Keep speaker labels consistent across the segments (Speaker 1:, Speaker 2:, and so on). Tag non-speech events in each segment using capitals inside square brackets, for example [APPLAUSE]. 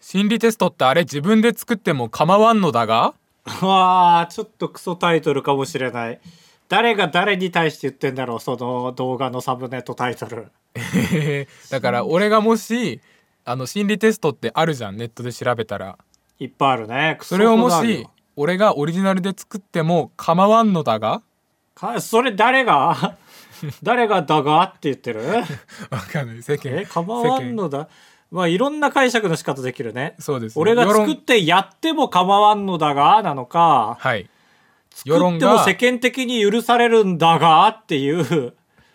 Speaker 1: 心理テストってあれ自分で作っても構わんのだ
Speaker 2: [LAUGHS]
Speaker 1: が
Speaker 2: わあちょっとクソタイトルかもしれない誰が誰に対して言ってんだろうその動画のサムネとタイトル
Speaker 1: えーだから俺がもしあの心理テストってあるじゃんネットで調べたら
Speaker 2: いっぱいあるねクソ
Speaker 1: それをも
Speaker 2: ほどある
Speaker 1: し
Speaker 2: よ
Speaker 1: 俺がオリジナルで作っても構わんのだが
Speaker 2: かそれ誰が [LAUGHS] 誰がだがって言ってる
Speaker 1: わかんない世間
Speaker 2: え構わんのだまあいろんな解釈の仕方できるね
Speaker 1: そうですね
Speaker 2: 俺が
Speaker 1: 世論
Speaker 2: 作ってやっても構わんのだがなのか
Speaker 1: はい世
Speaker 2: 作
Speaker 1: 論
Speaker 2: っても
Speaker 1: が
Speaker 2: 世間的に許されるんだがっていう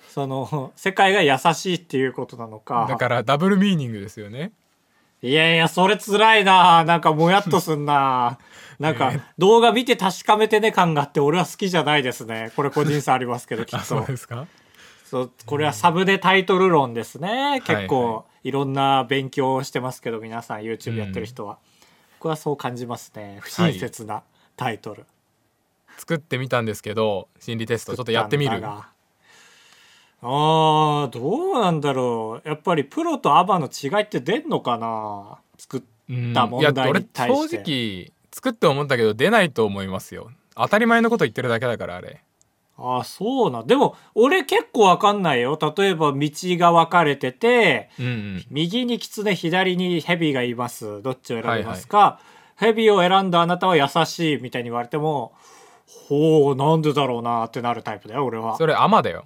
Speaker 2: その世界が優しいっていうことなのか
Speaker 1: だからダブルミーニングですよね
Speaker 2: いやいやそれつらいななんかもやっとす
Speaker 1: [LAUGHS]
Speaker 2: んななんか動画見て確かめてね感があって俺は好きじゃないですねこれ個人差あります
Speaker 1: [LAUGHS]
Speaker 2: けどき
Speaker 1: あ
Speaker 2: っ
Speaker 1: そう
Speaker 2: と
Speaker 1: ですか
Speaker 2: そうこれはサブでタイトル論ですね結
Speaker 1: はい
Speaker 2: 構いろんな勉強をしてますけど皆さん YouTube やってる人は、僕はそう感じますね不親切なタイトル、
Speaker 1: 作ってみたんですけど心理テストちょっとやってみ
Speaker 2: なん
Speaker 1: る
Speaker 2: だがあーどうなんだろうやっぱりプロとアバの違いって出んのかな作った
Speaker 1: いや
Speaker 2: 問題
Speaker 1: 俺
Speaker 2: に対して、
Speaker 1: 正直作って思ったけど出ないと思いますよ当たり前のこと言ってるだけだからあれ
Speaker 2: ああ、そうなん。でも、俺結構わかんないよ。例えば、道が分かれてて、
Speaker 1: うんうん
Speaker 2: 右に狐、左に蛇がいます。どっちを選びますか、蛇を選んだあなたは優しいみたいに言われても、ほう、なんでだろうなってなるタイプだよ、俺は
Speaker 1: そ。れアマだよ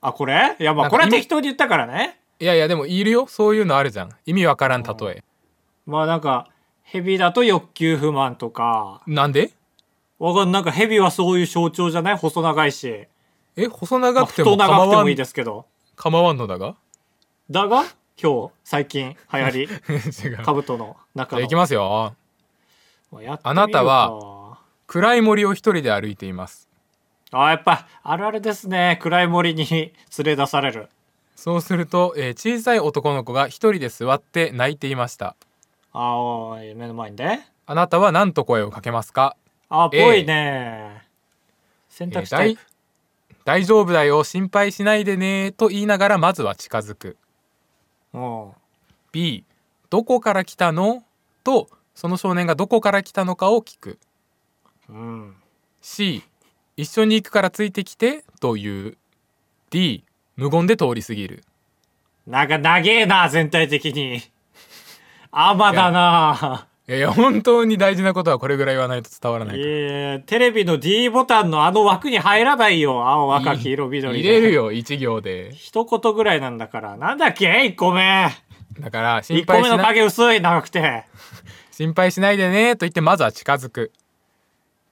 Speaker 2: あ、これいや、ま
Speaker 1: な
Speaker 2: あ、
Speaker 1: んか
Speaker 2: これは
Speaker 1: 意味
Speaker 2: 適当に言ったからね。
Speaker 1: いやいやでもいるよそういうのあるじゃん意味わからん例え
Speaker 2: まあ、なんか、蛇だと欲求不満とか、
Speaker 1: なんで
Speaker 2: わかんなんか蛇はそういう象徴じゃない細長いし。
Speaker 1: え細
Speaker 2: まあ
Speaker 1: 長くて
Speaker 2: 太
Speaker 1: も構
Speaker 2: 長くて
Speaker 1: わ
Speaker 2: もいい
Speaker 1: ん
Speaker 2: ですけど。
Speaker 1: 構わんのだが [LAUGHS]
Speaker 2: だが、今日、最近、流行り。
Speaker 1: 違うじゃ
Speaker 2: カブトの中
Speaker 1: あ
Speaker 2: の。
Speaker 1: いきますよ
Speaker 2: もうやってみるか
Speaker 1: あなたは。暗い森を一人で歩いています
Speaker 2: あ、やっぱ、あるあるですね。暗い森に連れ出される。
Speaker 1: そうすると、えー小さい男の子が一人で座って泣いていました
Speaker 2: あー、目の前にね。
Speaker 1: あなたは何と声をかけますか、
Speaker 2: あ、ぽ
Speaker 1: A
Speaker 2: いね。選
Speaker 1: えー
Speaker 2: 択肢タ
Speaker 1: だ
Speaker 2: イ
Speaker 1: い
Speaker 2: プ。
Speaker 1: 大丈夫だよ心配しないでねと言いながらまずは近づく
Speaker 2: うん。
Speaker 1: B どこから来たのとその少年がどこから来たのかを聞く
Speaker 2: うん。
Speaker 1: C 一緒に行くからついてきてという D 無言で通り過ぎる
Speaker 2: なんか、長えな、全体的に。あまだな。
Speaker 1: いやいや本当に大事なことはこれぐらい言わないと伝わらないいから
Speaker 2: え、テレビの D ボタンのあの枠に入らないよ。青、赤、黄色、緑
Speaker 1: 入れ
Speaker 2: で。
Speaker 1: る。よ一行で
Speaker 2: 一言ぐらいなんだから。なんだっけ ?1 個目。
Speaker 1: だから心
Speaker 2: 1個
Speaker 1: 配
Speaker 2: 目
Speaker 1: し
Speaker 2: の
Speaker 1: な
Speaker 2: 影薄い、長くて。
Speaker 1: 心配しないでねと言ってまずは近づく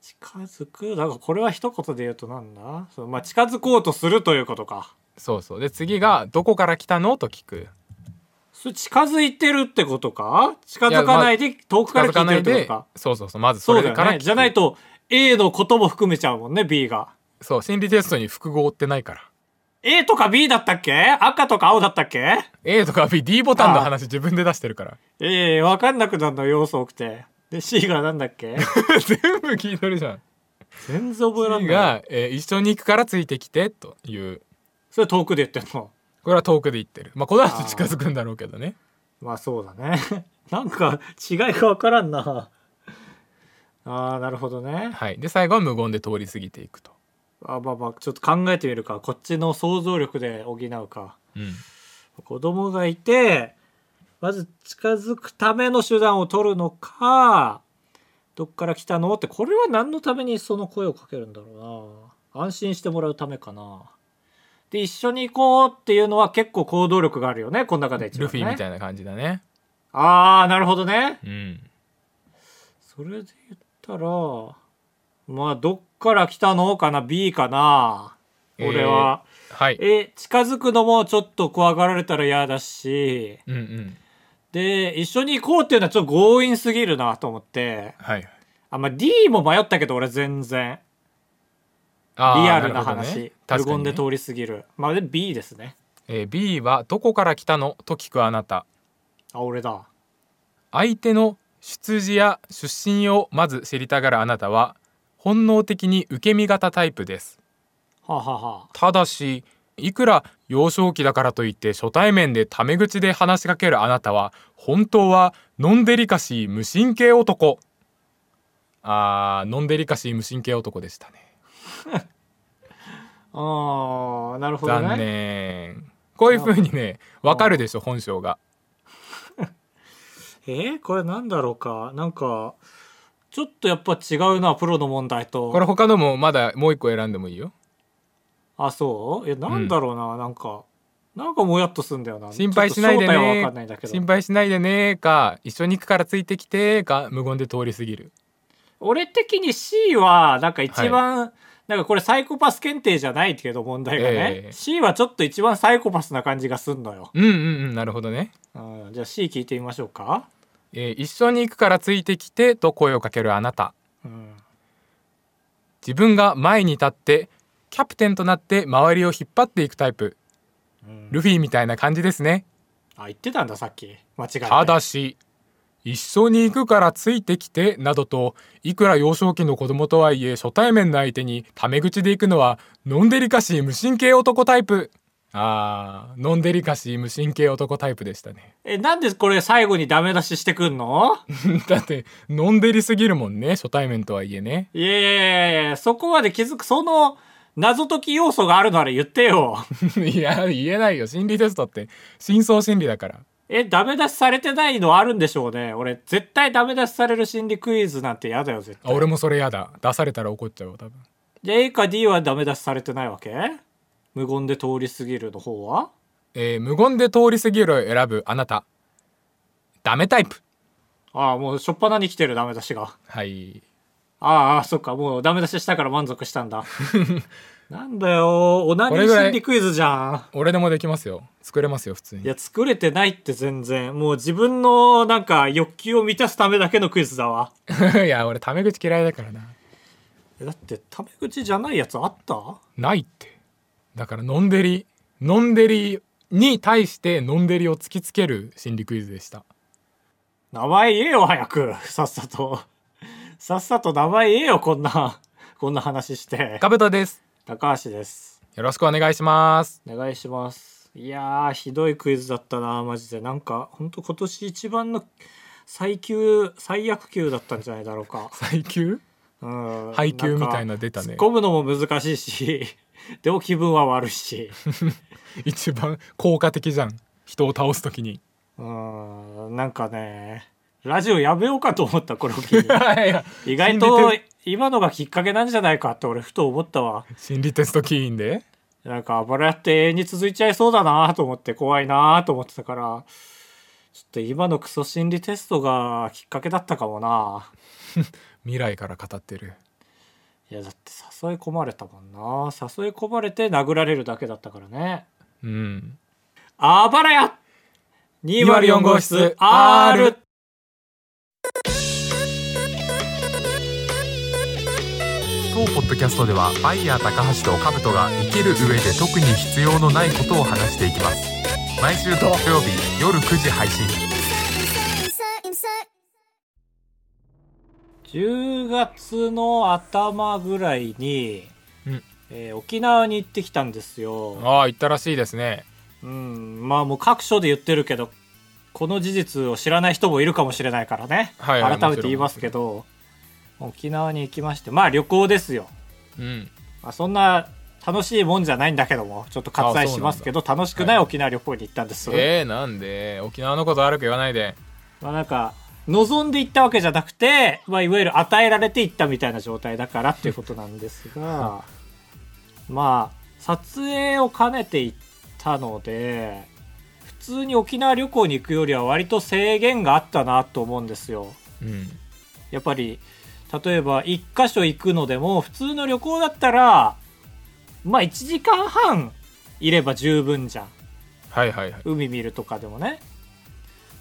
Speaker 2: 近づくだからこれは一言で言うとなんだそう、まあ、近づこうとするということか
Speaker 1: そうそうで次がどこから来たのと聞く
Speaker 2: それ近づいてるってことか近づかないで遠くか
Speaker 1: 近づ
Speaker 2: ら聞
Speaker 1: か
Speaker 2: いて
Speaker 1: な
Speaker 2: るっ
Speaker 1: いで
Speaker 2: てことか
Speaker 1: そうそうそうまずそ
Speaker 2: そう
Speaker 1: れ
Speaker 2: だ
Speaker 1: か
Speaker 2: よ
Speaker 1: ら聞
Speaker 2: ね
Speaker 1: く
Speaker 2: じゃないと A のことも含めちゃうもんね B が
Speaker 1: そう心理テストに複合ってないから
Speaker 2: A とか B だったっけ赤とか青だったっけ
Speaker 1: A とか B D ボタンの話自分で出してるから
Speaker 2: [LAUGHS] ええ分かんなくなるの要素多くてで C がなんだっけ
Speaker 1: 全部聞いとるじゃん
Speaker 2: 全然覚えらん
Speaker 1: C
Speaker 2: ない
Speaker 1: が、えー一緒に行くからついてきて」という
Speaker 2: それ遠くで言ってんの
Speaker 1: これは遠くで言ってるまあこの後近づくんだろうけどね
Speaker 2: まあそうだね [LAUGHS] なんか違いが分からんなあーなるほどね
Speaker 1: はいで最後は無言で通り過ぎていくと、
Speaker 2: あまあまあちょっと考えてみるかこっちの想像力で補うか
Speaker 1: うん、
Speaker 2: 子供がいてまず近づくための手段を取るのかどっから来たのってこれは何のためにその声をかけるんだろうな安心してもらうためかなで一緒に行こうっていうのは結構行動力があるよねこの中で一番、
Speaker 1: ル
Speaker 2: ね、
Speaker 1: フィみ
Speaker 2: い
Speaker 1: たいな感じだね
Speaker 2: ああなるほどね
Speaker 1: うん
Speaker 2: それで言ったらまあどっから来たのかな B かな俺は、
Speaker 1: はい
Speaker 2: え近づくのもちょっと怖がられたら嫌だし
Speaker 1: うんうん
Speaker 2: で一緒に行こうっていうのはちょっと強引すぎるなと思って
Speaker 1: はい
Speaker 2: あまあ D も迷ったけど俺全然
Speaker 1: あー
Speaker 2: リアルな
Speaker 1: るほどね
Speaker 2: 話無
Speaker 1: 確か
Speaker 2: 言
Speaker 1: に、ね
Speaker 2: で通り過ぎるまあで B ですね
Speaker 1: えー B は「どこから来たの?」と聞くあなた
Speaker 2: あ俺だ
Speaker 1: 相手の出自や出身をまず知りたがるあなたは本能的に受け身型タイプです
Speaker 2: はあ、はあはあ、
Speaker 1: ただしいくら幼少期だからといって初対面でタメ口で話しかけるあなたは本当はノンデリカシー無神経男あーノンデリカシー無神経男でしたね
Speaker 2: ああなるほど
Speaker 1: 残
Speaker 2: ね
Speaker 1: 念こういう風にねわかるでしょ本性が
Speaker 2: えー、これなんだろうかなんかちょっとやっぱ違うなプロの問題と
Speaker 1: これ他のもまだもう一個選んでもいいよ
Speaker 2: あそうえなんだろうな、なんかなんかもやっとすんだよな
Speaker 1: 心配しないで
Speaker 2: ちょっと正体は分
Speaker 1: ね
Speaker 2: かんないんだけ
Speaker 1: 心
Speaker 2: ど
Speaker 1: 配しないでねか一緒に行くからついてきてか無言で通り過ぎる
Speaker 2: 俺的に C はなんか一番、なんかこれサイコパス検定じゃないけど問題がね、
Speaker 1: ええ
Speaker 2: C はちょっと一番サイコパスな感じがすんのよ、
Speaker 1: うんうんうんなるほどね
Speaker 2: うん、じゃあ C 聞いてみましょうか、
Speaker 1: えー一緒に行くからついてきてと声をかけるあなた
Speaker 2: うん、
Speaker 1: 自分が前に立ってキャプテンとなって周りを引っ張っていくタイプ
Speaker 2: うん
Speaker 1: ルフィみたいな感じですね
Speaker 2: あ言ってたんださっき間違えて
Speaker 1: ただし一緒に行くからついてきてなどといくら幼少期の子供とはいえ初対面の相手にタメ口で行くのはノンデリカシー無神経男タイプあーノンデリカシー無神経男タイプでしたね [LAUGHS]
Speaker 2: えなんでこれ最後にダメ出ししてくんの
Speaker 1: だってノンデリすぎるもんね初対面とはいえね [LAUGHS]
Speaker 2: いやいやいやいやそこまで気づくその謎解き要素があるなら言って
Speaker 1: [LAUGHS]
Speaker 2: よ
Speaker 1: いや言えないよ心理テストって深層心理だから
Speaker 2: えダメ出しされてないのあるんでしょうね俺絶対ダメ出しされる心理クイズなんて嫌だよ絶
Speaker 1: あ
Speaker 2: 対
Speaker 1: 俺もそれやだ出されたら怒っちゃうわ多分
Speaker 2: じゃあ A か D はダメ出しされてないわけ無言で通り過ぎるの方は
Speaker 1: えー無言で通り過ぎるを選ぶあなたダメタイプ
Speaker 2: ああもうしょっぱなに来てるダメ出しが
Speaker 1: はい
Speaker 2: ああああそっかもうダメ出ししたから満足した
Speaker 1: [LAUGHS]
Speaker 2: んだなんだよオナ
Speaker 1: こ
Speaker 2: ニー
Speaker 1: れぐらい
Speaker 2: 心理クイズじゃん
Speaker 1: 俺でもできますよ作れますよ普通
Speaker 2: い
Speaker 1: に
Speaker 2: や作れてないって全然もう自分のなんか欲求を満たすためだけのクイズだわ
Speaker 1: [LAUGHS] いや俺タメ口嫌いだからな
Speaker 2: えだってタメ口じゃないやつあった
Speaker 1: ないってだからノンデリノンデリに対してノンデリを突きつける心理クイズでした
Speaker 2: 名前言えよ早くさっさとさっさと名前言えよこんなこんな話して
Speaker 1: カブトです
Speaker 2: 高橋です
Speaker 1: よろしくお願いします
Speaker 2: お願いしますいやーひどいクイズだったなマジでなんかほんと今年一番の最級最悪級だったんじゃないだろうか
Speaker 1: 最級
Speaker 2: うん
Speaker 1: 配給みたいなの出たね
Speaker 2: んか突っ込むのも難しいし [LAUGHS] でも気分は悪いし
Speaker 1: 一番効果的じゃん人を倒すときに [LAUGHS]
Speaker 2: うーんなんかねラジオやめようかと思ったこの
Speaker 1: [LAUGHS]
Speaker 2: 機に
Speaker 1: いやいや
Speaker 2: 意外
Speaker 1: 心
Speaker 2: と
Speaker 1: 理テ
Speaker 2: 今のがきっかけなんじゃないかって俺ふと思ったわ
Speaker 1: 心理テストキーンで
Speaker 2: なんか暴れ合って永遠に続いちゃいそうだなと思って怖いなと思ってたからちょっと今のクソ心理テストがきっかけだったかもな
Speaker 1: 未来から語ってる
Speaker 2: いやだって誘い込まれたもんな誘い込まれて殴られるだけだったからね
Speaker 1: うん
Speaker 2: あばらや204
Speaker 1: 204
Speaker 2: 号
Speaker 1: 号
Speaker 2: 室
Speaker 1: 室
Speaker 2: R!
Speaker 1: 当ポッドキャストではバイヤー高橋とカブトが生きる上で特に必要のないことを話していきます毎週土曜日夜9時配信
Speaker 3: insert,
Speaker 2: 10
Speaker 3: insert.
Speaker 2: 月の頭ぐらいに、
Speaker 1: うん
Speaker 2: えー沖縄に行ってきたんですよ、
Speaker 1: ああ行ったらしいですね
Speaker 2: うん、まあもう各所で言ってるけどこの事実を知らない人もいるかもしれないからね、
Speaker 1: はいはい
Speaker 2: 改めて言いますけど沖縄に行きましてまあ旅行ですよ、
Speaker 1: うん
Speaker 2: まあ、そんな楽しいもんじゃないんだけどもちょっと割愛しますけど楽しくない
Speaker 1: はい
Speaker 2: 沖縄旅行に行ったんです、
Speaker 1: えー、なんで沖縄のこと悪く言わないで
Speaker 2: まあなんか望んで行ったわけじゃなくて、まあ、いわゆる与えられて行ったみたいな状態だからっていうことなんですがまあ撮影を兼ねて行ったので普通に沖縄旅行に行くよりは割と制限があったなと思うんですよ
Speaker 1: うん
Speaker 2: やっぱり例えば1箇所行くのでも普通の旅行だったらまあ1時間半いれば十分じゃん
Speaker 1: はいはいはい
Speaker 2: 海見るとかでもね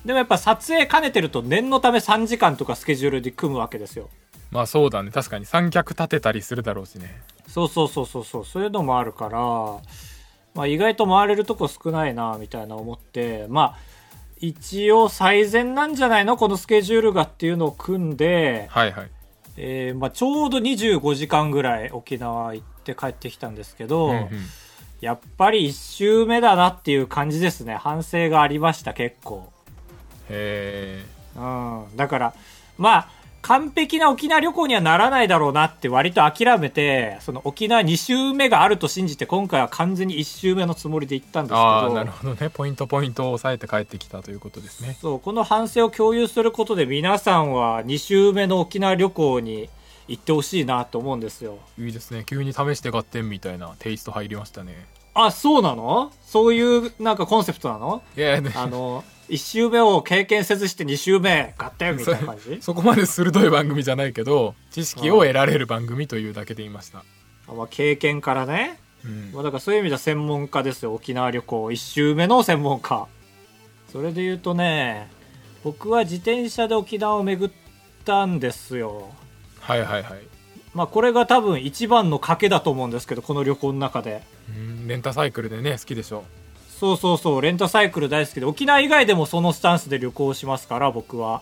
Speaker 2: でもやっぱ撮影兼ねてると念のため3時間とかスケジュールで組むわけですよ
Speaker 1: まあそうだね確かに三脚立てたりするだろうしね
Speaker 2: そうそうそうそうそうそういうのもあるから、まあ、意外と回れるとこ少ないなみたいな思ってまあ一応最善なんじゃないのこのスケジュールがっていうのを組んで、
Speaker 1: はいはい
Speaker 2: えーまあ、ちょうど25時間ぐらい沖縄行って帰ってきたんですけど、
Speaker 1: うんうん
Speaker 2: やっぱり一周目だなっていう感じですね。反省がありました、結構。
Speaker 1: へえ
Speaker 2: うん。だから、まあ、完璧な沖縄旅行にはならないだろうなって割と諦めて、その沖縄2周目があると信じて、今回は完全に1周目のつもりで行ったんですけど。
Speaker 1: ああなるほどねポイントポイントを抑えて帰ってきたということですね
Speaker 2: そうこの反省を共有することで皆さんは2週目の沖縄旅行に行ってほしいなと思うんですよ
Speaker 1: いいですね急に試して買ってんみたいなテイスト入りましたね
Speaker 2: あそうなのそういうなんかコンセプトなの
Speaker 1: いやいやね
Speaker 2: あ
Speaker 1: [LAUGHS]
Speaker 2: の1週目を経験せずして2週目買ったよみたいな感じ
Speaker 1: そ [LAUGHS] こまで鋭い番組じゃないけど知識を得られる番組というだけで言いました、
Speaker 2: あ、まあ、経験からね、
Speaker 1: うん
Speaker 2: まあ、だからそういう意味では専門家ですよ沖縄旅行1週目の専門家それで言うとね僕は自転車で沖縄を巡ったんですよ
Speaker 1: はいはいはい
Speaker 2: まあこれが多分一番の賭けだと思うんですけどこの旅行の中で
Speaker 1: うんレンタサイクルでね好きでしょ
Speaker 2: そうそうそうレンタサイクル大好きで沖縄以外でもそのスタンスで旅行しますから僕は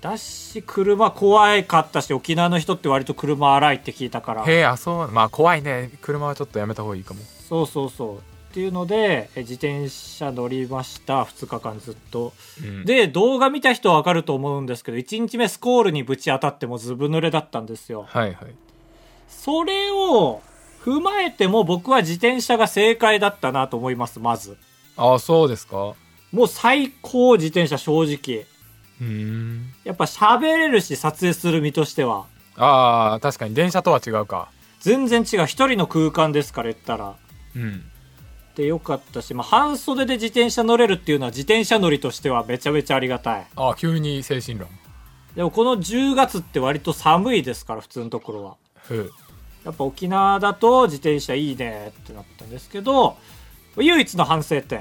Speaker 2: だし車怖かったし沖縄の人って割と車荒いって聞いたから
Speaker 1: へえあそうまあ怖いね車はちょっとやめた方がいいかも
Speaker 2: そうそうそうっていうのでえ自転車乗りました2日間ずっと
Speaker 1: うん
Speaker 2: で動画見た人はわかると思うんですけど1日目スコールにぶち当たってもうずぶ濡れだったんですよ
Speaker 1: はいはい
Speaker 2: それを踏まえても僕は自転車が正解だったなと思います、まず。
Speaker 1: ああそうですか
Speaker 2: もう最高自転車正直。
Speaker 1: うん
Speaker 2: やっぱ喋れるし撮影する身としては。
Speaker 1: ああ確かに電車とは違うか
Speaker 2: 全然違う。一人の空間ですから言ったら。
Speaker 1: うん
Speaker 2: で、よかったし、まあ、半袖で自転車乗れるっていうのは自転車乗りとしてはめちゃめちゃありがたい。
Speaker 1: ああ急に精神論
Speaker 2: でもこの10月って割と寒いですから、普通のところは。
Speaker 1: ふう
Speaker 2: やっぱ沖縄だと自転車いいねってなったんですけど唯一の反省点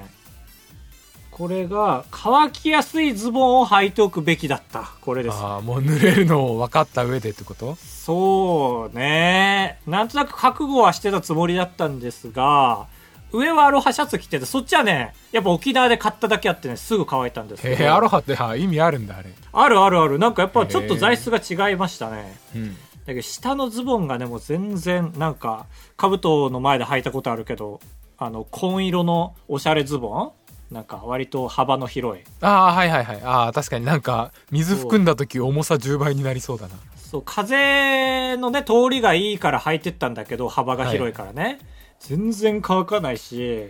Speaker 2: これが乾きやすいズボンを履いておくべきだったこれです
Speaker 1: ああもう濡れるのを分かった上でってこと
Speaker 2: そうねなんとなく覚悟はしてたつもりだったんですが上はアロハシャツ着ててそっちはねやっぱ沖縄で買っただけあってねすぐ乾いたんですけ
Speaker 1: へ
Speaker 2: ど
Speaker 1: えアロハってあ意味あるんだあれ
Speaker 2: あるあるあるなんかやっぱちょっと材質が違いましたね
Speaker 1: うん
Speaker 2: だけど下のズボンがねもう全然なんか兜の前で履いたことあるけどあの紺色のおしゃれズボンなんか割と幅の広い
Speaker 1: ああはいはいはいああ確かになんか水含んだ時重さ10倍になりそうだな
Speaker 2: そう風のね通りがいいから履いてったんだけど幅が広いからね、全然乾かないし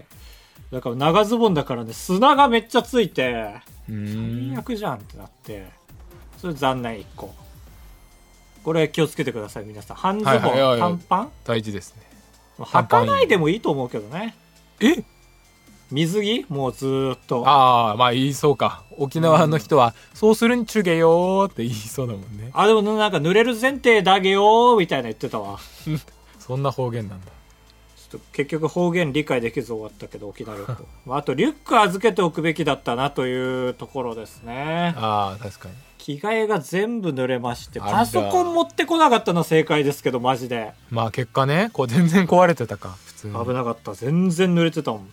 Speaker 2: だから長ズボンだからね砂がめっちゃついて
Speaker 1: う
Speaker 2: 最
Speaker 1: ん
Speaker 2: 悪じゃんってなってそれ残念1個これ気をつけてください皆さん半ズボン、
Speaker 1: はいはいはいはい
Speaker 2: 短パン
Speaker 1: 大事ですね
Speaker 2: 履かないでもいいと思うけどね
Speaker 1: え
Speaker 2: 水着もうずーっとあ
Speaker 1: ああまあ言いそうか沖縄の人は「そうするんちゅげよ」って言いそうだもんね
Speaker 2: でもなんか濡れる前提だげよーみたいな言ってたわ
Speaker 1: そんな方言なんだ
Speaker 2: ちょっと結局方言理解できず終わったけど沖縄
Speaker 1: [LAUGHS]
Speaker 2: 旅行まああとリュック預けておくべきだったなというところですね
Speaker 1: ああ確かに
Speaker 2: 着替えが全部濡れまして
Speaker 1: あら
Speaker 2: パソコン持ってこなかったの正解ですけどマジで
Speaker 1: まあ結果ねこう全然壊れてたか普通に
Speaker 2: 危なかった全然濡れてたもん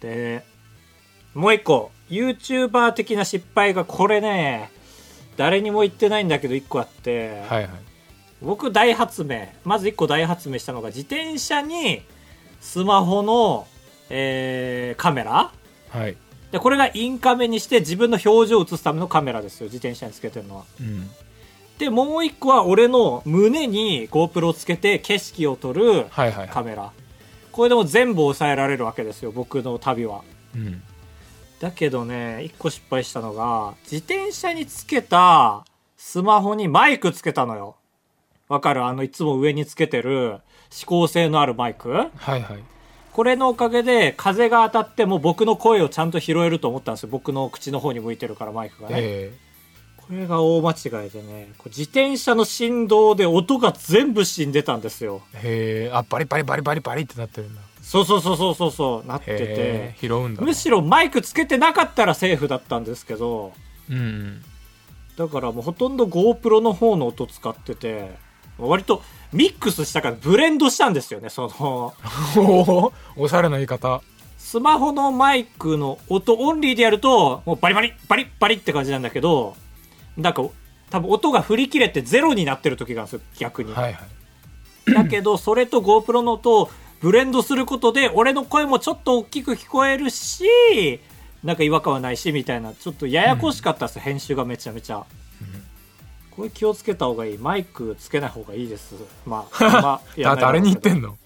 Speaker 2: でもう一個 YouTuber 的な失敗がこれね誰にも言ってないんだけど一個あって、
Speaker 1: はいはい
Speaker 2: 僕大発明まず1個大発明したのが自転車にスマホの、えーカメラ
Speaker 1: はい
Speaker 2: でこれがインカメにして自分の表情を映すためのカメラですよ自転車につけてるのは
Speaker 1: うん
Speaker 2: でもう1個は俺の胸に GoPro をつけて景色を撮る
Speaker 1: はいはい
Speaker 2: カ
Speaker 1: は
Speaker 2: メラこれでも全部抑えられるわけですよ僕の旅はい
Speaker 1: うん
Speaker 2: だけどね1個失敗したのが自転車につけたスマホにマイクつけたのよわかるあのいつも上につけてる指向性のあるマイク
Speaker 1: はいはい
Speaker 2: これのおかげで風が当たっても僕の声をちゃんと拾えると思ったんですよ僕の口の方に向いてるからマイクがね、
Speaker 1: え
Speaker 2: これが大間違いでねこう自転車の振動で音が全部死んでたんですよ
Speaker 1: ー、へえあバリバリバリバリバリってなってるんだ
Speaker 2: そうそうそうそうそうそうなって
Speaker 1: へ
Speaker 2: て
Speaker 1: え拾うんだ
Speaker 2: むしろマイクつけてなかったらセーフだったんですけど
Speaker 1: うんうん [LAUGHS]
Speaker 2: だからもうほとんど GoPro の方の音使ってて割とミックスしたからブレンドしたんですよねその
Speaker 1: おーおしゃれな言い方
Speaker 2: スマホのマイクの音オンリーでやるともうバリバリバリバリって感じなんだけどなんか多分音が振り切れてゼロになってる時があるんですよ逆に、
Speaker 1: はいはい [LAUGHS]
Speaker 2: だけどそれと GoPro の音をブレンドすることで俺の声もちょっと大きく聞こえるしなんか違和感はないしみたいなちょっとややこしかったです、編集がめちゃめちゃ、これ気をつけた方がいいマイクつけない方がいいですま
Speaker 1: [LAUGHS]
Speaker 2: あ、まあ
Speaker 1: だ
Speaker 2: やめない
Speaker 1: 誰に言ってんの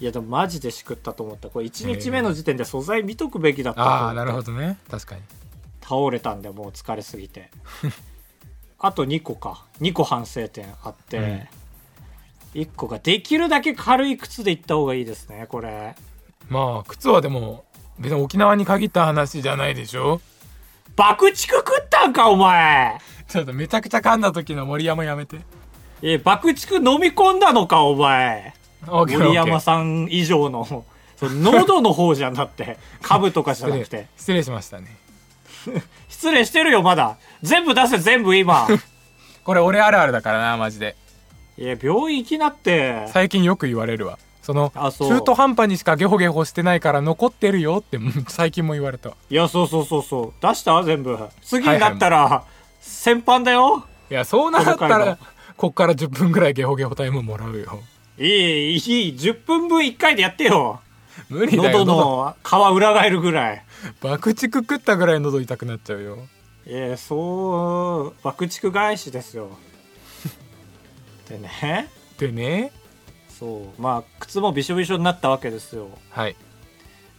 Speaker 2: いやでもマジでしくったと思ったこれ1日目の時点で素材見とくべきだったと思って
Speaker 1: ああなるほどね確かに
Speaker 2: 倒れたんでもう疲れすぎて [LAUGHS] あと2個か2個反省点あって、1個ができるだけ軽い靴で行った方がいいですねこれ
Speaker 1: まあ靴はでも別に沖縄に限った話じゃないでしょ
Speaker 2: 爆竹食ったんかお前
Speaker 1: ちょっとめちゃくちゃ噛んだ時の森山やめて
Speaker 2: え爆竹飲み込んだのかお前
Speaker 1: オーケー
Speaker 2: 森山
Speaker 1: オーケー
Speaker 2: さん以上のその喉の方じゃなくて [LAUGHS] 株とかじゃなく
Speaker 1: 失礼
Speaker 2: て
Speaker 1: 失礼しましたね
Speaker 2: 失礼してるよまだ全部出せ全部今
Speaker 1: [LAUGHS] これ俺あるあるだからなマジで
Speaker 2: いや病院行きなって
Speaker 1: 最近よく言われるわその
Speaker 2: あそう
Speaker 1: 中途半端にしかゲホゲホしてないから残ってるよってうん最近も言われたわ
Speaker 2: いや、そうそうそうそう。出した全部。次になったら、先般だよ。
Speaker 1: いやそうなっ
Speaker 2: こ
Speaker 1: た
Speaker 2: の回の
Speaker 1: らこっから10分ぐらいゲホゲホタイムもらうよ
Speaker 2: いい、いい、10分分1回でやってよ。
Speaker 1: 無理だよ
Speaker 2: 喉の皮裏返るぐらい。
Speaker 1: 爆竹食ったぐらい喉痛くなっちゃうよ
Speaker 2: えそう、爆竹返しで
Speaker 1: [LAUGHS]
Speaker 2: すよ。でね、
Speaker 1: でね
Speaker 2: そう。まあ、靴もびしょびしょになったわけですよ。
Speaker 1: はい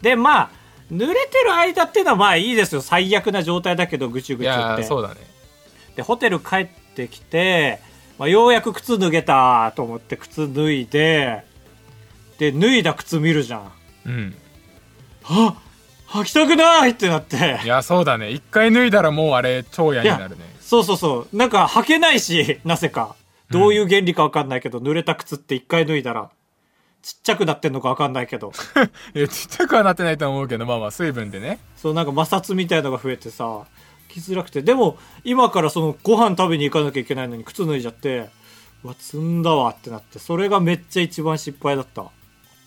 Speaker 2: で、まあ、濡れてる間っていうのはまあいいですよ。最悪な状態だけど、ぐちゅ
Speaker 1: い
Speaker 2: ぐちゅっ
Speaker 1: や
Speaker 2: て
Speaker 1: ー。そうだね
Speaker 2: でホテル帰ってきて、まあ、ようやく靴脱げたと思って靴脱いでで脱いだ靴見るじゃん
Speaker 1: うん
Speaker 2: はっ履きたくないってなって
Speaker 1: いやそうだね一回脱いだらもうあれ超嫌になるね
Speaker 2: そうそうそうなんか履けないしなぜかどういう原理か分かんないけど、濡れた靴って一回脱いだらちっちゃくなってんのか分かんないけど
Speaker 1: いやちっちゃくはなってないと思うけどまあまあ水分でね
Speaker 2: そうなんか摩擦みたいのが増えてさ着づらくてでも今からそのご飯食べに行かなきゃいけないのに靴脱いじゃってうわ積んだわってなってそれがめっちゃ一番失敗だった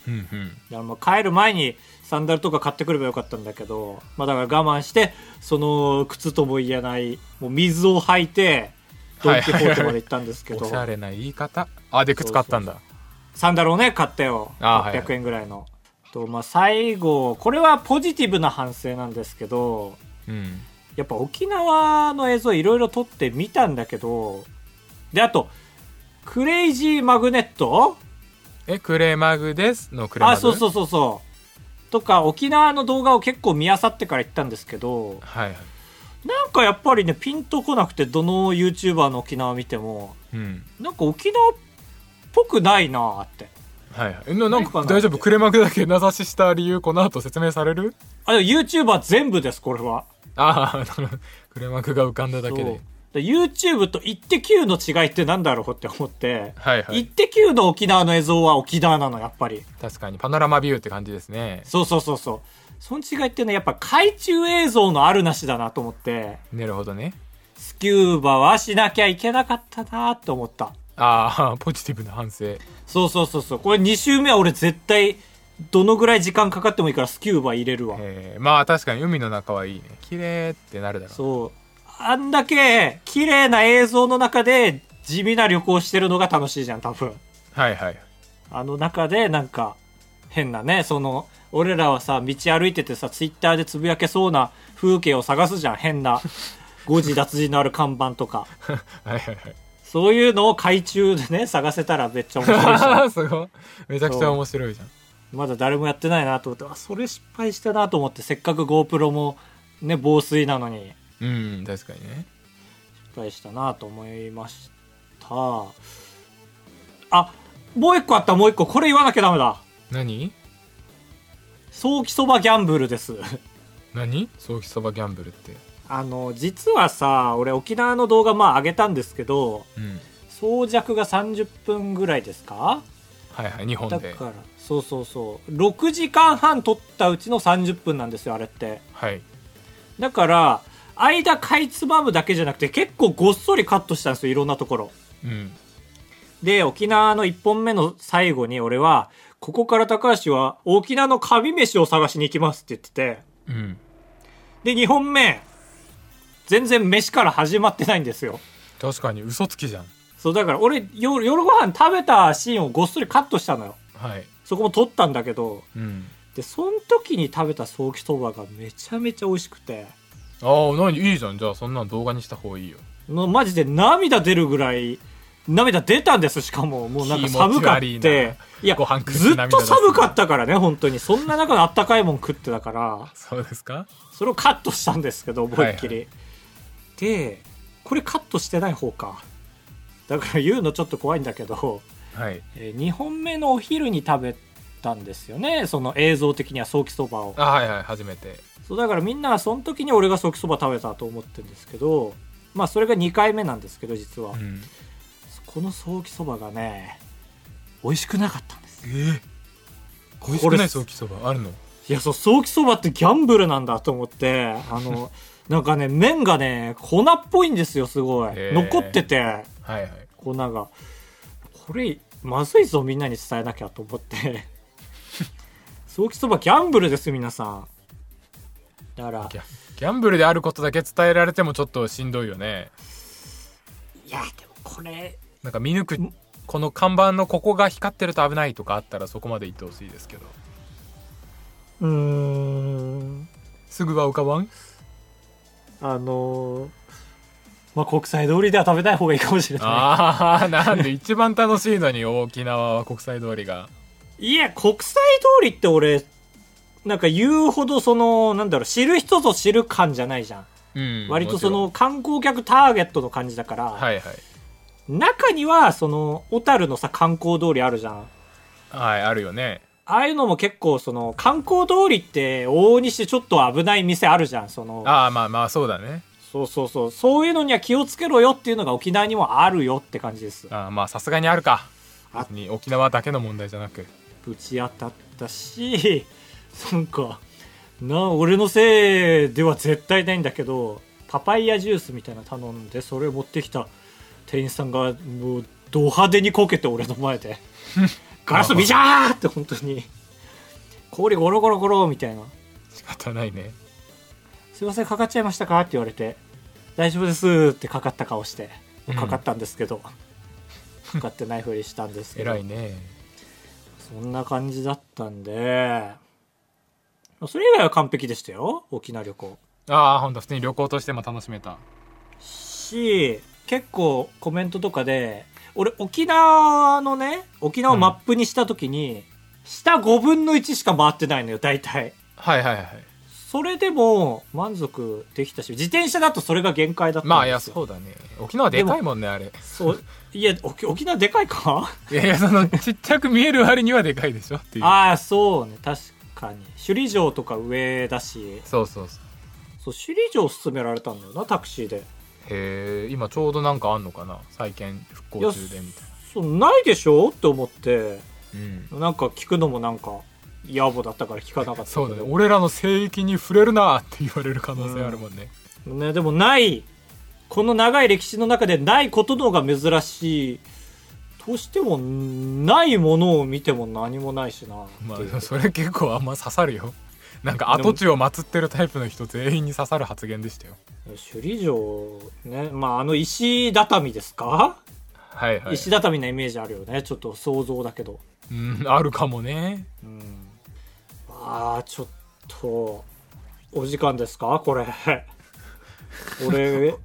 Speaker 1: うんうん
Speaker 2: だからまあ帰る前にサンダルとか買ってくればよかったんだけど、まあ、だから我慢してその靴とも言えないもう水を履いてドン・キホーテまで行ったんですけ
Speaker 1: お
Speaker 2: ど
Speaker 1: しゃれな言い方あで靴買ったんだ
Speaker 2: サンダルをね買ったよ
Speaker 1: あはいはい
Speaker 2: 800円ぐらいの。とまあ、最後これはポジティブな反省なんですけど
Speaker 1: うん
Speaker 2: やっぱ沖縄の映像いろいろ撮ってみたんだけどであとクレイジーマグネット
Speaker 1: えクレマグですのクレマグ
Speaker 2: あそうそううそうそうとか沖縄の動画を結構見あさってから行ったんですけど
Speaker 1: はいはい
Speaker 2: なんかやっぱりねピンとこなくてどの YouTuber の沖縄見ても
Speaker 1: うん
Speaker 2: なんか沖縄っぽくないなーって
Speaker 1: はいはいえななん
Speaker 2: ないか
Speaker 1: か
Speaker 2: な
Speaker 1: 大丈夫クレマグだけ名指しした理由この後説明される
Speaker 2: あでも YouTuber 全部ですこれは
Speaker 1: ああなるほど [LAUGHS] クレマグが浮かんだだけ
Speaker 2: そう
Speaker 1: で
Speaker 2: で YouTube と「イッテ Q!」の違いってなんだろうって思って
Speaker 1: はい
Speaker 2: 「
Speaker 1: は
Speaker 2: イッ
Speaker 1: い
Speaker 2: テ Q!」の沖縄の映像は沖縄なのやっぱり
Speaker 1: 確かにパノラマビューって感じですね
Speaker 2: そうそうそうそうその違いってねやっぱ海中映像のあるなしだなと思って
Speaker 1: なるほどね
Speaker 2: スキューバはしなきゃいけなかったなって思った
Speaker 1: あ [LAUGHS] あポジティブな反省
Speaker 2: そうそうそうそうこれ2周目は俺絶対どのぐらい時間かかってもいいからスキューバ入れるわ
Speaker 1: えー、まあ確かに海の中はいいね綺麗ってなるだろう
Speaker 2: そうあんだけ綺麗な映像の中で地味な旅行してるのが楽しいじゃん多分
Speaker 1: はいはい [LAUGHS]
Speaker 2: あの中でなんか変なねその俺らはさ道歩いててさツイッターでつぶやけそうな風景を探すじゃん変な誤字脱字のある看板とか
Speaker 1: はいはいはい
Speaker 2: そういうのを海中でね探せたらめっちゃ面白いし
Speaker 1: あーすごいめちゃくちゃ面白いじゃん
Speaker 2: まだ誰もやってないなと思ってあそれ失敗したなと思ってせっかく GoPro もね防水なのに
Speaker 1: うん確かにね
Speaker 2: 失敗したなと思いましたあもう一個あったもう一個これ言わなきゃダメだ
Speaker 1: 何
Speaker 2: 早期そばギャンブルです [LAUGHS]
Speaker 1: 何早期そばギャンブルって
Speaker 2: あの実はさ俺沖縄の動画まあ上げたんですけど
Speaker 1: うん
Speaker 2: 装着が30分ぐらいですか
Speaker 1: はいはい日本
Speaker 2: だ
Speaker 1: で
Speaker 2: からそうそうそう6時間半撮ったうちの30分なんですよあれって
Speaker 1: はい
Speaker 2: だから間かいつまむだけじゃなくて結構ごっそりカットしたんですよいろんなところ
Speaker 1: うん
Speaker 2: で沖縄の1本目の最後に俺はここから高橋は沖縄のカビ飯を探しに行きますって言って
Speaker 1: うん
Speaker 2: てで2本目全然飯から始まってないんですよ
Speaker 1: 確かに嘘つきじゃん
Speaker 2: そうだから俺夜夜ご飯食べたシーンをごっそりカットしたのよ
Speaker 1: はい
Speaker 2: そこも取ったんだけど
Speaker 1: うん
Speaker 2: でその時に食べたソーキそばがめちゃめちゃ美味しくて
Speaker 1: ああ何いいじゃんじゃあそんなん動画にした方がいいよ
Speaker 2: もうマジで涙出るぐらい涙出たんですしかももうなんか
Speaker 1: 気持ち悪いな
Speaker 2: 寒かっていや
Speaker 1: ご飯食って
Speaker 2: ずっ
Speaker 1: 涙出
Speaker 2: と
Speaker 1: すの
Speaker 2: 寒かったからね本当にそんな中であったかいもん食ってたから
Speaker 1: そうですか
Speaker 2: それをカットしたんですけど思いっきり、でこれカットしてない方かだから言うのちょっと怖いんだけど、
Speaker 1: はい
Speaker 2: え2本目のお昼に食べたんですよねその映像的にはソーキそばを
Speaker 1: あはいはい初めて
Speaker 2: そうだからみんなはその時に俺がソーキそば食べたと思ってるんですけどまあそれが2回目なんですけど実は、
Speaker 1: うん
Speaker 2: このソーキそばがね美味しくなかったんです
Speaker 1: えー、
Speaker 2: こ
Speaker 1: 美味しくないソーキそばあるの
Speaker 2: いやそうソーキそばってギャンブルなんだと思ってあ
Speaker 1: [LAUGHS]
Speaker 2: のなんかね麺がね粉っぽいんですよすごい、
Speaker 1: へー
Speaker 2: 残ってて
Speaker 1: はいはい
Speaker 2: 粉がこれまずいぞみんなに伝えなきゃと思って
Speaker 1: [LAUGHS]
Speaker 2: ソーキそばギャンブルです皆さんだから
Speaker 1: ギャギャンブルであることだけ伝えられてもちょっとしんどいよね
Speaker 2: いやでもこれ
Speaker 1: なんか見抜くこの看板のここが光ってると危ないとかあったらそこまで言ってほしいですけど
Speaker 2: うーん
Speaker 1: すぐは浮かばん
Speaker 2: あのーまあ国際通りでは食べない方がいいかもしれない
Speaker 1: ああなんで一番楽しいのに沖縄は国際通りが
Speaker 2: いや、国際通りって俺、なんか言うほどその、なんだろう、知る人ぞ知る感じゃないじゃ
Speaker 1: うん
Speaker 2: ん。割と
Speaker 1: もち
Speaker 2: そ
Speaker 1: ろん
Speaker 2: の観光客ターゲットの感じだから、
Speaker 1: はいはい
Speaker 2: 中にはその、小樽のさ、観光通りあるじゃん。あ
Speaker 1: はいあるよね
Speaker 2: あいうのも結構その、観光通りって往々にしてちょっと危ない店あるじゃん。その、
Speaker 1: ああまあまあそうだね
Speaker 2: そうそうそう、そういうのには気をつけろよっていうのが沖縄にもあるよって感じです。
Speaker 1: あーまあさすがにあるか
Speaker 2: あ
Speaker 1: に沖縄だけの問題じゃなく
Speaker 2: ぶち当たったし [LAUGHS] なんかな俺のせいでは絶対ないんだけどパパイヤジュースみたいなの頼んでそれを持ってきた店員さんがもうド派手にこけて俺の前
Speaker 1: [LAUGHS]
Speaker 2: でガラスビシャーって本当に氷ゴロゴロゴロみたいな
Speaker 1: 仕方ないね
Speaker 2: 「すいませんかかっちゃいましたか?」って言われて「大丈夫です」ってかかった顔して
Speaker 1: うん
Speaker 2: かかったんですけど、かかってないふりしたんですけど
Speaker 1: 偉いね
Speaker 2: そんな感じだったんで、それ以外は完璧でしたよ、沖縄旅行。
Speaker 1: ああほんと普通に旅行としても楽しめた
Speaker 2: し、結構コメントとかで、俺沖縄のね、沖縄をマップにした時に、下5分の1しか回ってないのよ、大体。
Speaker 1: はいはいはい
Speaker 2: それでも満足できたし、自転車だとそれが限界だったんですよ。
Speaker 1: まあいやそうだね沖縄でかいもんねあれ
Speaker 2: そう。いや、沖沖縄でかいか
Speaker 1: [LAUGHS] いやいやそのちっちゃく見える割にはでかいでしょっていう
Speaker 2: ああ、そうね、確かに。首里城とか上だし、
Speaker 1: そうそうそう
Speaker 2: そう、首里城を勧められたんだよな、タクシーで。
Speaker 1: へえ今ちょうどなんかあんのかな再建復興中でみたい
Speaker 2: そうないでしょって思っ
Speaker 1: な
Speaker 2: て
Speaker 1: うん
Speaker 2: なんか聞くのもなんか野暮だったから聞かなかったけど
Speaker 1: そうだね俺らの聖域に触れるなって言われる可能性あるもんね、
Speaker 2: ねでもないこの長い歴史の中でないことの方が珍しいとしてもないものを見ても何もないしなっていう
Speaker 1: まあそれ結構あんま刺さるよなんか跡地を祀ってるタイプの人全員に刺さる発言でしたよ
Speaker 2: 首里城ねまああの石畳ですか、
Speaker 1: はいはい
Speaker 2: 石畳なイメージあるよねちょっと想像だけど
Speaker 1: うんあるかもね
Speaker 2: うんまあちょっとお時間ですか [LAUGHS] これ俺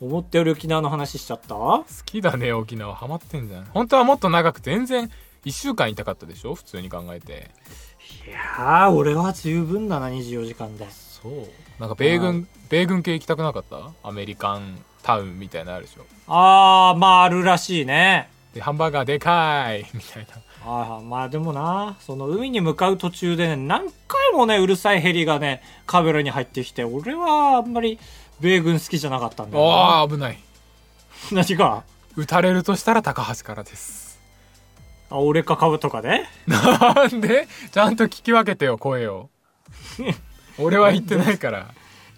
Speaker 2: 思ったより沖縄の話しちゃった
Speaker 1: 好きだね沖縄ハマってんじゃん本当はもっと長く全然1週間いたかったでしょ普通に考えて
Speaker 2: いやー俺は十分だな24時間で
Speaker 1: そうなんか米軍米軍系行きたくなかったアメリカンタウンみたいなのあるでしょ
Speaker 2: ああまああるらしいね
Speaker 1: でハンバーガーでかい [LAUGHS] みたいな
Speaker 2: あーまあでもなその海に向かう途中でね何回もねうるさいヘリがねカメラに入ってきて俺はあんまり米軍好きじゃなかったんだよな
Speaker 1: あー危ない
Speaker 2: [LAUGHS] 何が
Speaker 1: 撃たれるとしたら高橋からです [LAUGHS]
Speaker 2: あ俺か株とかで、
Speaker 1: なんでちゃんと聞き分けてよ声
Speaker 2: [LAUGHS]
Speaker 1: を俺は言ってないから
Speaker 2: い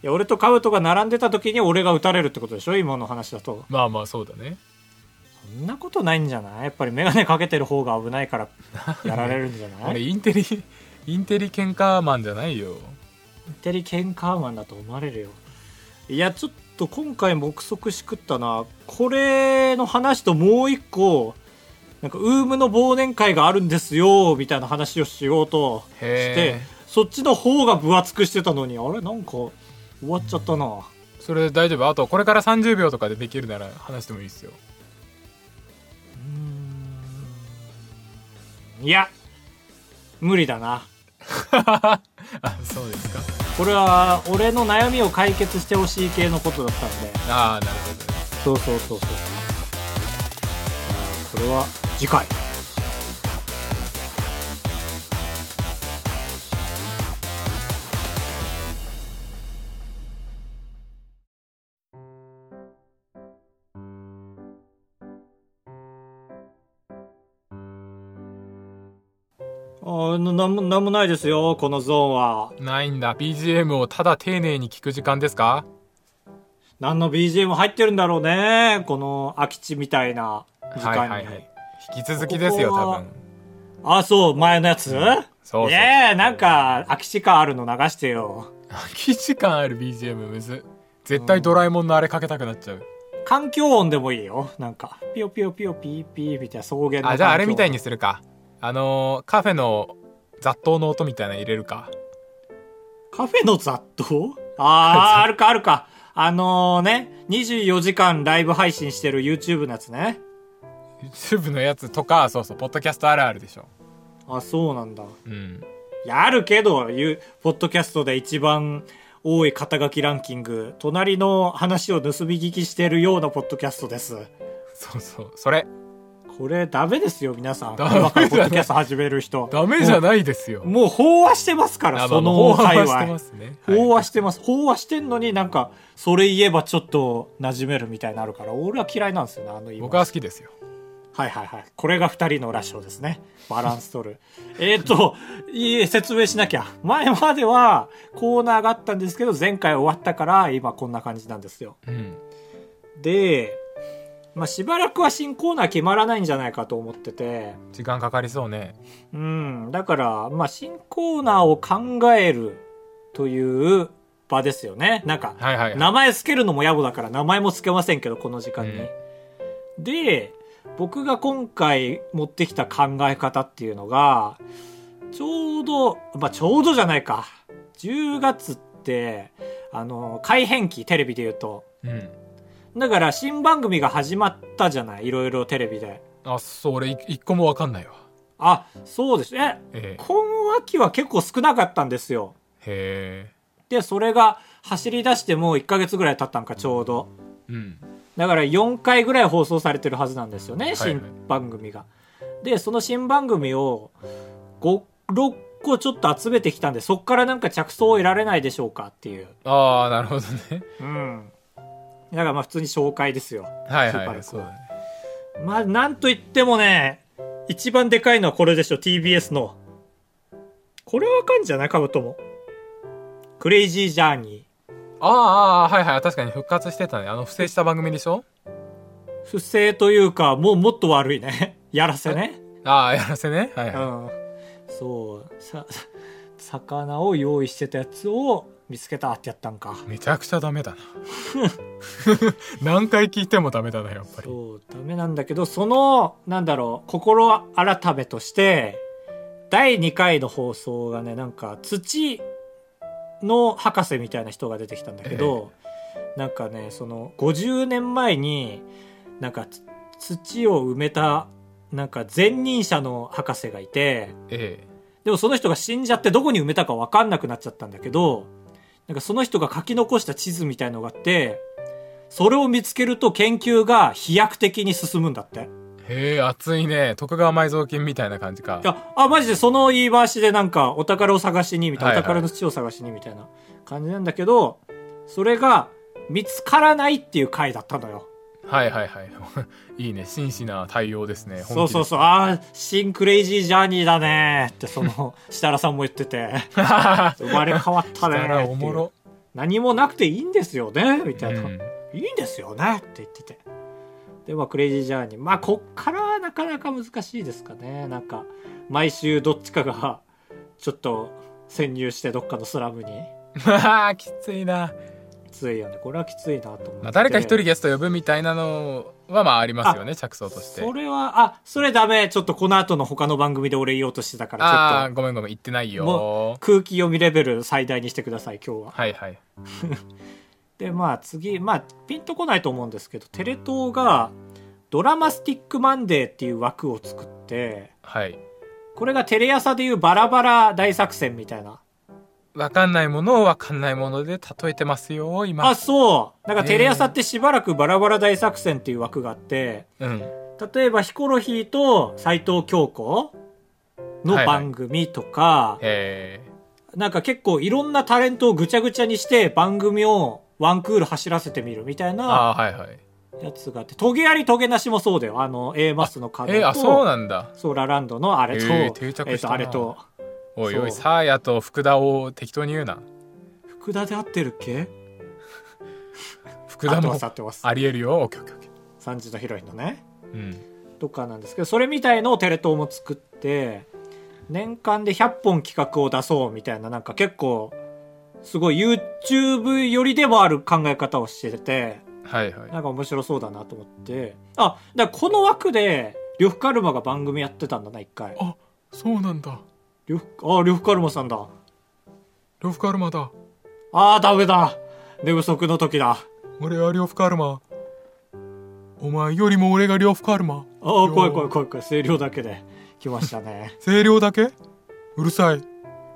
Speaker 2: や俺とカブトが並んでた時に俺が撃たれるってことでしょ今の話だと
Speaker 1: まあまあそうだね
Speaker 2: そんなことないんじゃないやっぱり眼鏡かけてる方が危ないからやられるんじゃな
Speaker 1: 俺
Speaker 2: いイ
Speaker 1: インテリインテリ喧嘩マンじゃないよ
Speaker 2: ンテリケンカーマンだと思われるよいやちょっと今回目測しくったなこれの話ともう一個なんかウームの忘年会があるんですよみたいな話をしようとし
Speaker 1: へ
Speaker 2: て
Speaker 1: え
Speaker 2: そっちの方が分厚くしてたのにあれなんか終わっちゃったな、
Speaker 1: それ大丈夫あとこれから30秒とかでできるなら話してもいいです
Speaker 2: [LAUGHS]
Speaker 1: よ
Speaker 2: いや無理だな
Speaker 1: あそうですか
Speaker 2: これは俺の悩みを解決してほしい系のことだったんで
Speaker 1: ああなる
Speaker 2: そうそうそうそうそれは次回あななんもなんもないですよこのゾーンは
Speaker 1: ほどないんだ BGM をただ丁寧に聞く時間ですか
Speaker 2: 何の BGM 入ってるんだろうねこの空き地みたいな時間に、
Speaker 1: はいはいはい引き続きですよ
Speaker 2: ここ
Speaker 1: 多
Speaker 2: は
Speaker 1: 分
Speaker 2: あそう前のやつ
Speaker 1: そうそう
Speaker 2: ねえなんか空き地感あるの流してよ
Speaker 1: 空き時間ある BGM むず絶対ドラえもんのあれかけたくなっちゃう、
Speaker 2: 環境音でもいいよなんかピヨピヨピヨピーピーみたいな草原の
Speaker 1: あじゃああれみたい
Speaker 2: に
Speaker 1: にするかあのーカフェの雑踏の音みたいなの入れるか
Speaker 2: カフェの雑
Speaker 1: [LAUGHS]
Speaker 2: 踏あああるかあるかあのー、ね24時間ライブ配信してる YouTube のやつね
Speaker 1: YouTube のやつとかそうそうポッドキャストあるあるでしょ
Speaker 2: あそうなんだ
Speaker 1: うん
Speaker 2: いやあるけどゆポッドキャストで一番多い肩書きランキング隣の話を盗み聞きしてるようなポッドキャストです
Speaker 1: そうそうそれ
Speaker 2: これダメですよ皆さん
Speaker 1: ダメだね
Speaker 2: 今からポッドキャスト始める人
Speaker 1: ダメじゃないですよ
Speaker 2: もう飽和してますから、
Speaker 1: あ
Speaker 2: そ
Speaker 1: まあ
Speaker 2: の界
Speaker 1: 飽和して
Speaker 2: 隈
Speaker 1: ま。すね
Speaker 2: 飽
Speaker 1: はい
Speaker 2: 和してます。飽和してんのになんか、それ言えばちょっと馴染めるみたいになるから、俺は嫌いなんですよね、あの今。
Speaker 1: 僕は好きですよ
Speaker 2: はいはいはい。これが二人のラジオですね。バランス取る。えーっと、いい説明しなきゃ。前まではコーナーがあったんですけど、前回終わったから、今こんな感じなんですよ。
Speaker 1: うん
Speaker 2: で、まあ、しばらくは新コーナー決まらないんじゃないかと思ってて、
Speaker 1: 時間かかりそうね
Speaker 2: うん、だから、まあ、新コーナーを考えるという場ですよね。なんか、
Speaker 1: はいはい
Speaker 2: 名前つけるのも野暮だから名前もつけませんけど、この時間に。で、僕が今回持ってきた考え方っていうのが、ちょうど、まあ、ちょうどじゃないか。10月って、あの、改変期、テレビで言うと。
Speaker 1: うん
Speaker 2: だから、新番組が始まったじゃない、いろいろテレビで。
Speaker 1: あそれい一個もわかんないわ
Speaker 2: あ、そうです。え、
Speaker 1: ええ
Speaker 2: 今秋は結構少なかったんですよ。
Speaker 1: へ
Speaker 2: で、それが走り出してもう1ヶ月ぐらい経ったんか、ちょうど。
Speaker 1: えうん
Speaker 2: だから4回ぐらい放送されてるはずなんですよね、
Speaker 1: はいはい
Speaker 2: 新番組が。で、その新番組を5、6個ちょっと集めてきたんで、そっからなんか着想を得られないでしょうかっていう。
Speaker 1: ああなるほど
Speaker 2: [LAUGHS]
Speaker 1: ね
Speaker 2: うん。だからまあ普通に紹介ですよ。
Speaker 1: はいはい
Speaker 2: スーパー
Speaker 1: は
Speaker 2: で
Speaker 1: い
Speaker 2: こう
Speaker 1: そうだね
Speaker 2: まあなんといってもね、一番でかいのはこれでしょ、TBS の。これはわかんじゃないかぶとも。クレイジージャーニー。
Speaker 1: ああああはいはい確かに復活してたねあの不正した番組でしょ
Speaker 2: 不正というかもうもっと悪いね [LAUGHS] やらせね
Speaker 1: ああやらせねはい、
Speaker 2: う
Speaker 1: はい
Speaker 2: んそうさ魚を用意してたやつを見つけたってやったんか
Speaker 1: めちゃくちゃダメだな [LAUGHS] 何回聞いてもダメだなやっぱり
Speaker 2: そうダメなんだけどそのなんだろう心改めとして第2回の放送がねなんか土の博士みたいな人が出てきたんだけど、なんかねその50年前になんかつ土を埋めたなんか前任者の博士がいて
Speaker 1: ええ
Speaker 2: でもその人が死んじゃってどこに埋めたか分かんなくなっちゃったんだけど、なんかその人が書き残した地図みたいのがあって、それを見つけると研究が飛躍的に進むんだって。
Speaker 1: へえ熱いね徳川埋蔵金みたいな感じか
Speaker 2: いや、あ、マジでその言い回しでなんかお宝を探しにみたいな、
Speaker 1: はいはい
Speaker 2: お宝の土を探しにみたいな感じなんだけど、それが見つからないっていう回だったのよ。
Speaker 1: はいはいはい [LAUGHS] いいね真摯な対応ですね
Speaker 2: そうそう
Speaker 1: う [LAUGHS]
Speaker 2: そう、ああ、新クレイジージャーニーだねーってそ
Speaker 1: [LAUGHS]
Speaker 2: の、設楽さんも言ってて、生まれ変わったねー
Speaker 1: だか
Speaker 2: ってい
Speaker 1: ら
Speaker 2: う
Speaker 1: おもろ、
Speaker 2: 何もなくていいんですよねみ
Speaker 1: う
Speaker 2: たいな、
Speaker 1: ん、
Speaker 2: いいんですよねって言っててでまあクレイジージャーニーまあこっからはなかなか難しいですかねなんか毎週どっちかがちょっと潜入してどっかのスラムに
Speaker 1: [LAUGHS] まあきついな
Speaker 2: ついよねこれはきついなと思って、
Speaker 1: まあ、誰か一人ゲスト呼ぶみたいなのはまあありますよね着想として
Speaker 2: それはあそれダメちょっとこの後の他の番組で俺言おうとしてたからちょっと
Speaker 1: ああーごめんごめん言ってない
Speaker 2: も
Speaker 1: よ
Speaker 2: う空気読みレベル最大にしてください今日は。
Speaker 1: はいはい
Speaker 2: でまあ次まあピンとこないと思うんですけどテレ東がドラマスティックマンデーっていう枠を作って
Speaker 1: はい
Speaker 2: これがテレ朝でいうバラバラ大作戦みたいな。
Speaker 1: わかんないものをわかんないもので例えてますよ今
Speaker 2: あそうなんかテレ朝ってしばらくバラバラ大作戦っていう枠があって
Speaker 1: うん
Speaker 2: 例えばヒコロヒーと斎藤京子の番組とか、
Speaker 1: え
Speaker 2: なんか結構いろんなタレントをぐちゃぐちゃにして番組をワンクール走らせてみるみたい
Speaker 1: ー、
Speaker 2: な
Speaker 1: ああーはいはい
Speaker 2: やつがあって、トゲありトゲなしもそうだよ。あの、A マスのカードと、
Speaker 1: えー、あそうなんだ
Speaker 2: ソーラランドのあれと、
Speaker 1: え
Speaker 2: え
Speaker 1: ー定着したな
Speaker 2: ーと、あれと、
Speaker 1: おいおい
Speaker 2: そう
Speaker 1: サーヤと福田を適当に言うな
Speaker 2: 福田で合ってるっけ
Speaker 1: 福田
Speaker 2: 合
Speaker 1: も
Speaker 2: ってます合ってます。
Speaker 1: ありえるよオッケーオッケーオッケ
Speaker 2: 3時のヒロインのね。
Speaker 1: ーうん
Speaker 2: とかなんですけど、それみたいのをテレ東も作って、年間で100本企画を出そうみたいな、なんか結構、すごい YouTube よりでもある考え方をしてて、
Speaker 1: はいはい
Speaker 2: なんか面白そうだなと思って。あ、だからこの枠で、呂布カルマが番組やってたんだな、一回。
Speaker 1: あそうなんだ
Speaker 2: 呂布、あ、呂布カルマさんだ。
Speaker 1: 呂布カルマだ
Speaker 2: あー、ダメだ。寝不足の時だ。
Speaker 1: 俺は呂布カルマお前よりも俺が呂布カルマ。
Speaker 2: あー、怖い怖い怖い怖い。声量だけで来ましたね
Speaker 1: 声量だけうるさい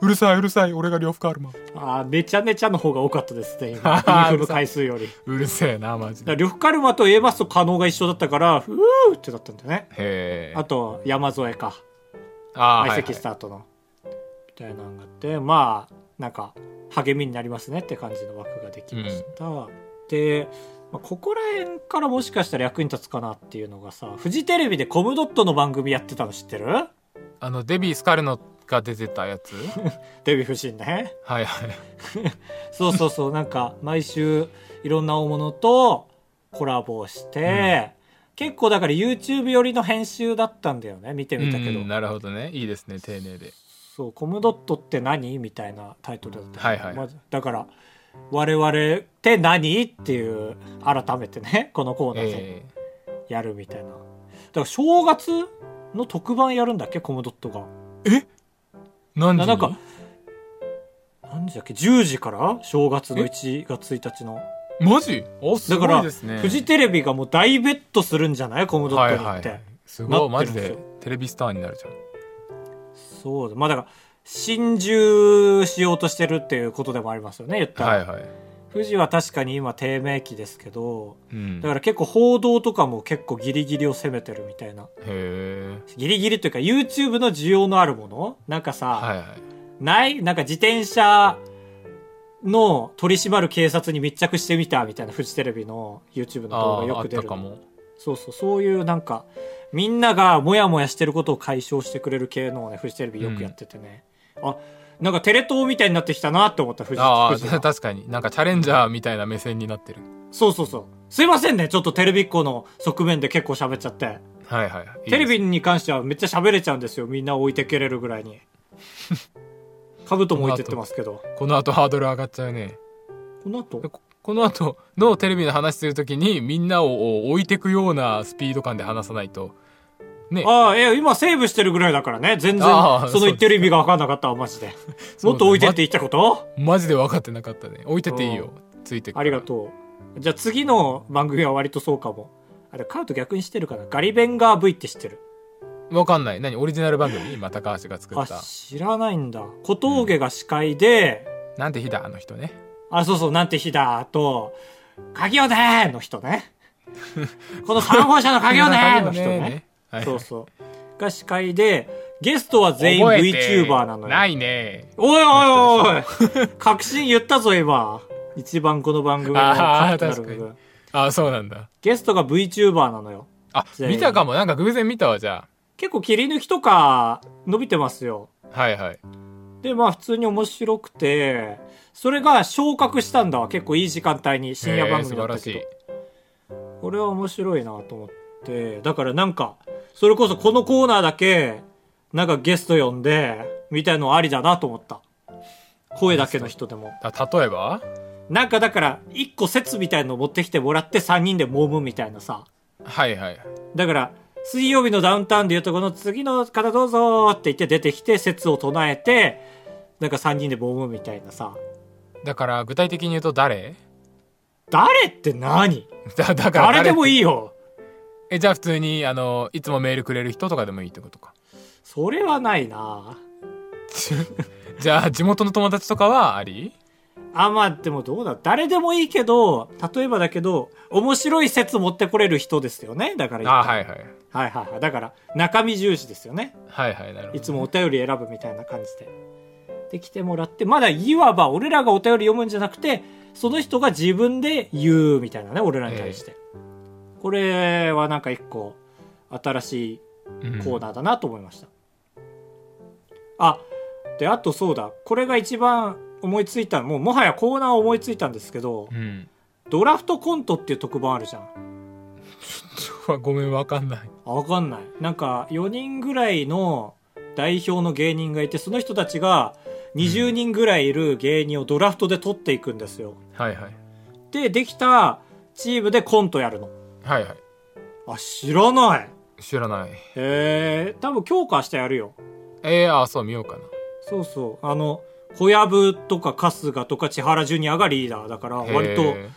Speaker 1: うるさいうるさい俺が呂布カルマ
Speaker 2: あー、めちゃめちゃの方が多かったですね、今。
Speaker 1: [LAUGHS]
Speaker 2: インフル回数より。だか
Speaker 1: うるせえなマジ
Speaker 2: ら
Speaker 1: で
Speaker 2: 呂布カルマと A マスと可能が一緒だったから、ふーってだったんだよね。
Speaker 1: へえ
Speaker 2: あと、山添か。
Speaker 1: あー
Speaker 2: 相席スタートの。みたいなのがあって、まあ、なんか、励みになりますねって感じの枠ができました。で、まあ、ここら辺からもしかしたら役に立つかなっていうのがさ、フジテレビでコムドットの番組やってたの知ってる
Speaker 1: あのデビー・スカルノが出てたや
Speaker 2: [LAUGHS]
Speaker 1: つ
Speaker 2: デヴィ夫人ね。
Speaker 1: はいはい
Speaker 2: そうそうそう、なんか、毎週、いろんな大物とコラボをして、結構だから YouTube 寄りの編集だったんだよね、見てみたけど。
Speaker 1: うんなるほどねいいですね丁寧で
Speaker 2: そう「コムドットって何?」みたいなタイトルだった、
Speaker 1: はいはい
Speaker 2: まずだから「我々って何?」っていう改めてね [LAUGHS] このコーナーで
Speaker 1: ええ
Speaker 2: やるみたいな、だから正月の特番やるんだっけコムドットが
Speaker 1: 何時
Speaker 2: な
Speaker 1: に
Speaker 2: なんか何時だっけ10時から正月の1月1日の
Speaker 1: マジおす
Speaker 2: だ
Speaker 1: ご
Speaker 2: か
Speaker 1: い
Speaker 2: ら、
Speaker 1: ですね
Speaker 2: フジテレビがもう大ベッドするんじゃないコムドッ
Speaker 1: は
Speaker 2: ト
Speaker 1: い
Speaker 2: に行
Speaker 1: は
Speaker 2: っ
Speaker 1: い
Speaker 2: て、
Speaker 1: はいすごい
Speaker 2: なっ
Speaker 1: マ
Speaker 2: てる
Speaker 1: ジ
Speaker 2: んですよ
Speaker 1: でテレビスターになるじゃん
Speaker 2: そうだまあだから心中しようとしてるっていうことでもありますよね言ったら、
Speaker 1: はいはい
Speaker 2: 富士は確かに今低迷期ですけど
Speaker 1: うん
Speaker 2: だから結構報道とかも結構ギリギリを攻めてるみたいな
Speaker 1: へえ
Speaker 2: ギリギリというか YouTube の需要のあるものなんかさ、
Speaker 1: はいはい
Speaker 2: ないなんか自転車の取り締まる警察に密着してみたみたいなフジテレビの YouTube の動
Speaker 1: あ
Speaker 2: 画
Speaker 1: ー
Speaker 2: よ
Speaker 1: あっ
Speaker 2: く出
Speaker 1: た
Speaker 2: る
Speaker 1: かも
Speaker 2: そうそうそういうなんかみんながモヤモヤしてることを解消してくれる系のをねフジテレビよくやっててね、あなんかテレ東みたいになってきたなって思ったフジ
Speaker 1: あ
Speaker 2: フ
Speaker 1: あ
Speaker 2: ジが
Speaker 1: 確かになんかチャレンジャーみたいな目線になってる
Speaker 2: そうそうそう。すいませんね。ちょっとテレビっ子の側面で結構喋っちゃって。
Speaker 1: はいはいはい
Speaker 2: テレビに関してはめっちゃ喋れちゃうんですよ。みんな置いてけれるぐらいに。カブトも置いてってますけど。
Speaker 1: この後ハードル上がっちゃうね
Speaker 2: この後
Speaker 1: でここの後のテレビの話するときにみんなを置いてくようなスピード感で話さないとね
Speaker 2: ああ、いや、今セーブしてるぐらいだからね。全然
Speaker 1: ああ、
Speaker 2: その言ってる意味が分かんなかったわ、マジで。もっと置いてって言ったこと
Speaker 1: マジで分かってなかったね置いてっていいよついてく
Speaker 2: ありがとう。じゃあ次の番組は割とそうかも。あれ、カブト逆にしてるかな。ガリベンガー V って知ってる。
Speaker 1: うわかんない何オリジナル番組今高橋が作
Speaker 2: あ
Speaker 1: った、
Speaker 2: 知らないんだ。小峠が司会で、
Speaker 1: なんて日だあの人ね
Speaker 2: あ、そうそう、なんて日だ、あと、鍵をねーの人ね。
Speaker 1: [LAUGHS]
Speaker 2: この3号車の鍵をねーの人ね。
Speaker 1: はいはい
Speaker 2: そうそう。が司会で、ゲストは全員
Speaker 1: 覚えて
Speaker 2: VTuber なの
Speaker 1: な
Speaker 2: よ。
Speaker 1: いね
Speaker 2: おいおいおい確信言ったぞ、今。一番この番組の
Speaker 1: あー
Speaker 2: カットなる部分
Speaker 1: 確かあそうなんだ
Speaker 2: ゲストが VTuber なのよ。
Speaker 1: あ
Speaker 2: 全員
Speaker 1: 見たかもなんか偶然見たわじゃ
Speaker 2: 結構切り抜きとか伸びてますよ。
Speaker 1: あはいはい
Speaker 2: で、まあ普通に面白くて、それが昇格したんだわ。結構いい時間帯に深夜番組だったけど
Speaker 1: へー素晴らしい。
Speaker 2: これは面白いなと思ってだからなんかそれこそこのコーナーだけなんかゲスト呼んでみたいのありだなと思った声だけの人でも
Speaker 1: あ例えば
Speaker 2: なんかだから、一個説みたいの持ってきてもらって3人で揉むみたいなさ。
Speaker 1: はいはい
Speaker 2: だから、水曜日のダウンタウンでいうとこの次の方どうぞって言って出てきて説を唱えて、なんか3人で揉むみたいなさ。
Speaker 1: だから具体的に言うと誰 [LAUGHS]
Speaker 2: 誰って何
Speaker 1: だだから
Speaker 2: 誰でも
Speaker 1: い
Speaker 2: いいよ。
Speaker 1: えじゃあ普通にあのいつもメールくれる人とかでもいいってことか [LAUGHS]
Speaker 2: それはないな
Speaker 1: じゃあ地元の友達とかはあり
Speaker 2: あ、まあでもどうだ誰でもいいけど、例えばだけど、面白い説持ってこれる人ですよね。だから言
Speaker 1: あ
Speaker 2: った
Speaker 1: はいはい
Speaker 2: はいはいはい。だから、中身重視ですよね。
Speaker 1: はいはいなるほ
Speaker 2: い
Speaker 1: ど
Speaker 2: つもお便り選ぶみたいな感じで。で、来てもらって、まだいわば俺らがお便り読むんじゃなくて、その人が自分で言うみたいなね、俺らに対して。これはなんか一個、新しいコーナーだなと思いました。あ、で、あとそうだ。これが一番思いついたの、もうもはやコーナーを思いついたんですけど
Speaker 1: う、ん、
Speaker 2: ドラフトコントっていう特番あるじゃん。
Speaker 1: うん、ごめんわかんない
Speaker 2: あわかんないなんか4人ぐらいの代表の芸人がいてその人たちが20人ぐらいいる芸人をドラフトで取っていくんですよ
Speaker 1: はいはい
Speaker 2: でできたチームでコントやるの
Speaker 1: はいは
Speaker 2: あ知らない
Speaker 1: い知らない
Speaker 2: へえ多分今日か明日やるよ
Speaker 1: えー、あそう見ようかな
Speaker 2: そうそうあの小籔とか春日とか千原ジュニアがリーダーだから割と
Speaker 1: へ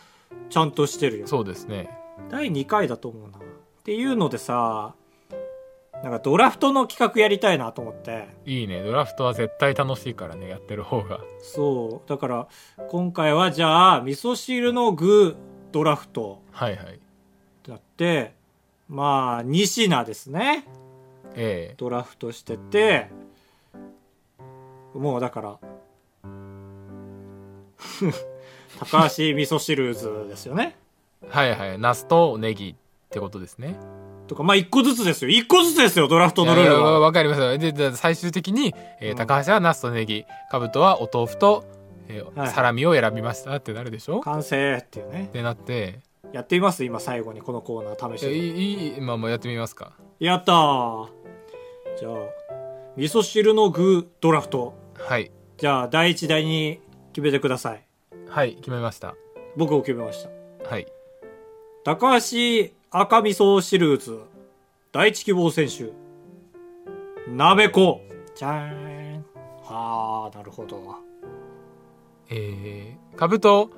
Speaker 2: ちゃんとしてるよ
Speaker 1: ーそうですね
Speaker 2: 第2回だと思うなっていうのでさなんかドラフトの企画やりたいなと思って
Speaker 1: いいねドラフトは絶対楽しいからねやってる方が
Speaker 2: そう。だから、今回はじゃあ、味噌汁の具ドラフト
Speaker 1: はいはい
Speaker 2: ってなって、まあ、2品ですね。
Speaker 1: え
Speaker 2: ドラフトしてて、もうだから、 [LAUGHS] 高橋味噌汁図ですよね。
Speaker 1: ー、はいはいナスとネギってことですね
Speaker 2: とか、まあ1個ずつですよ。1個ずつですよ、ドラフトのルー
Speaker 1: いや
Speaker 2: ル
Speaker 1: いやわ
Speaker 2: は。
Speaker 1: わかりますよでで最終的に、えー
Speaker 2: うん
Speaker 1: 高橋はナスとネギカブトはお豆腐と、えー
Speaker 2: はい
Speaker 1: サラミを選びましたってなるでしょっ
Speaker 2: 完成っていうね。
Speaker 1: てなって
Speaker 2: やってみます今最後にこのコーナー試し
Speaker 1: いや
Speaker 2: て
Speaker 1: い。いいいまあもうやってみますか
Speaker 2: やったーじゃあ、味噌汁の具ドラフト。
Speaker 1: はい
Speaker 2: じゃあ、第一、第二、決めてください。
Speaker 1: はい決めました
Speaker 2: 僕を決めました。
Speaker 1: はい
Speaker 2: 高橋赤味噌汁図、第一希望選手、なめこ。じゃーん。はあ、なるほど。
Speaker 1: えー、カブト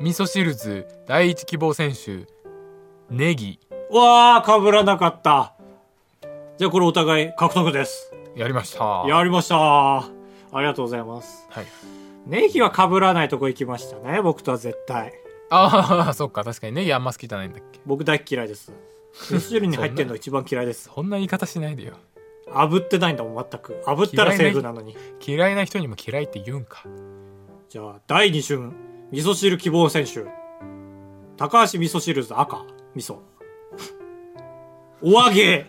Speaker 1: 味噌汁図第一希望選手ネギ
Speaker 2: うわー、被らなかった。じゃあ、これお互い獲得です。
Speaker 1: やりました
Speaker 2: やりましたー。ありがとうございます。
Speaker 1: はい
Speaker 2: ネギは被らないとこ行きましたね。僕とは絶対。
Speaker 1: ああ [LAUGHS] そっか確かにネギあんま好きじゃないんだっけ
Speaker 2: 僕大っ嫌いです。味噌汁に入ってんの一番嫌い [LAUGHS] です。
Speaker 1: そんな言い方しないでよ
Speaker 2: 炙ってないんだもん、全く。炙ったらセーフなのに。
Speaker 1: 嫌いな人にも嫌いって言うんか
Speaker 2: じゃあ、第2春、味噌汁希望選手。高橋味噌汁図赤、味噌。お揚げ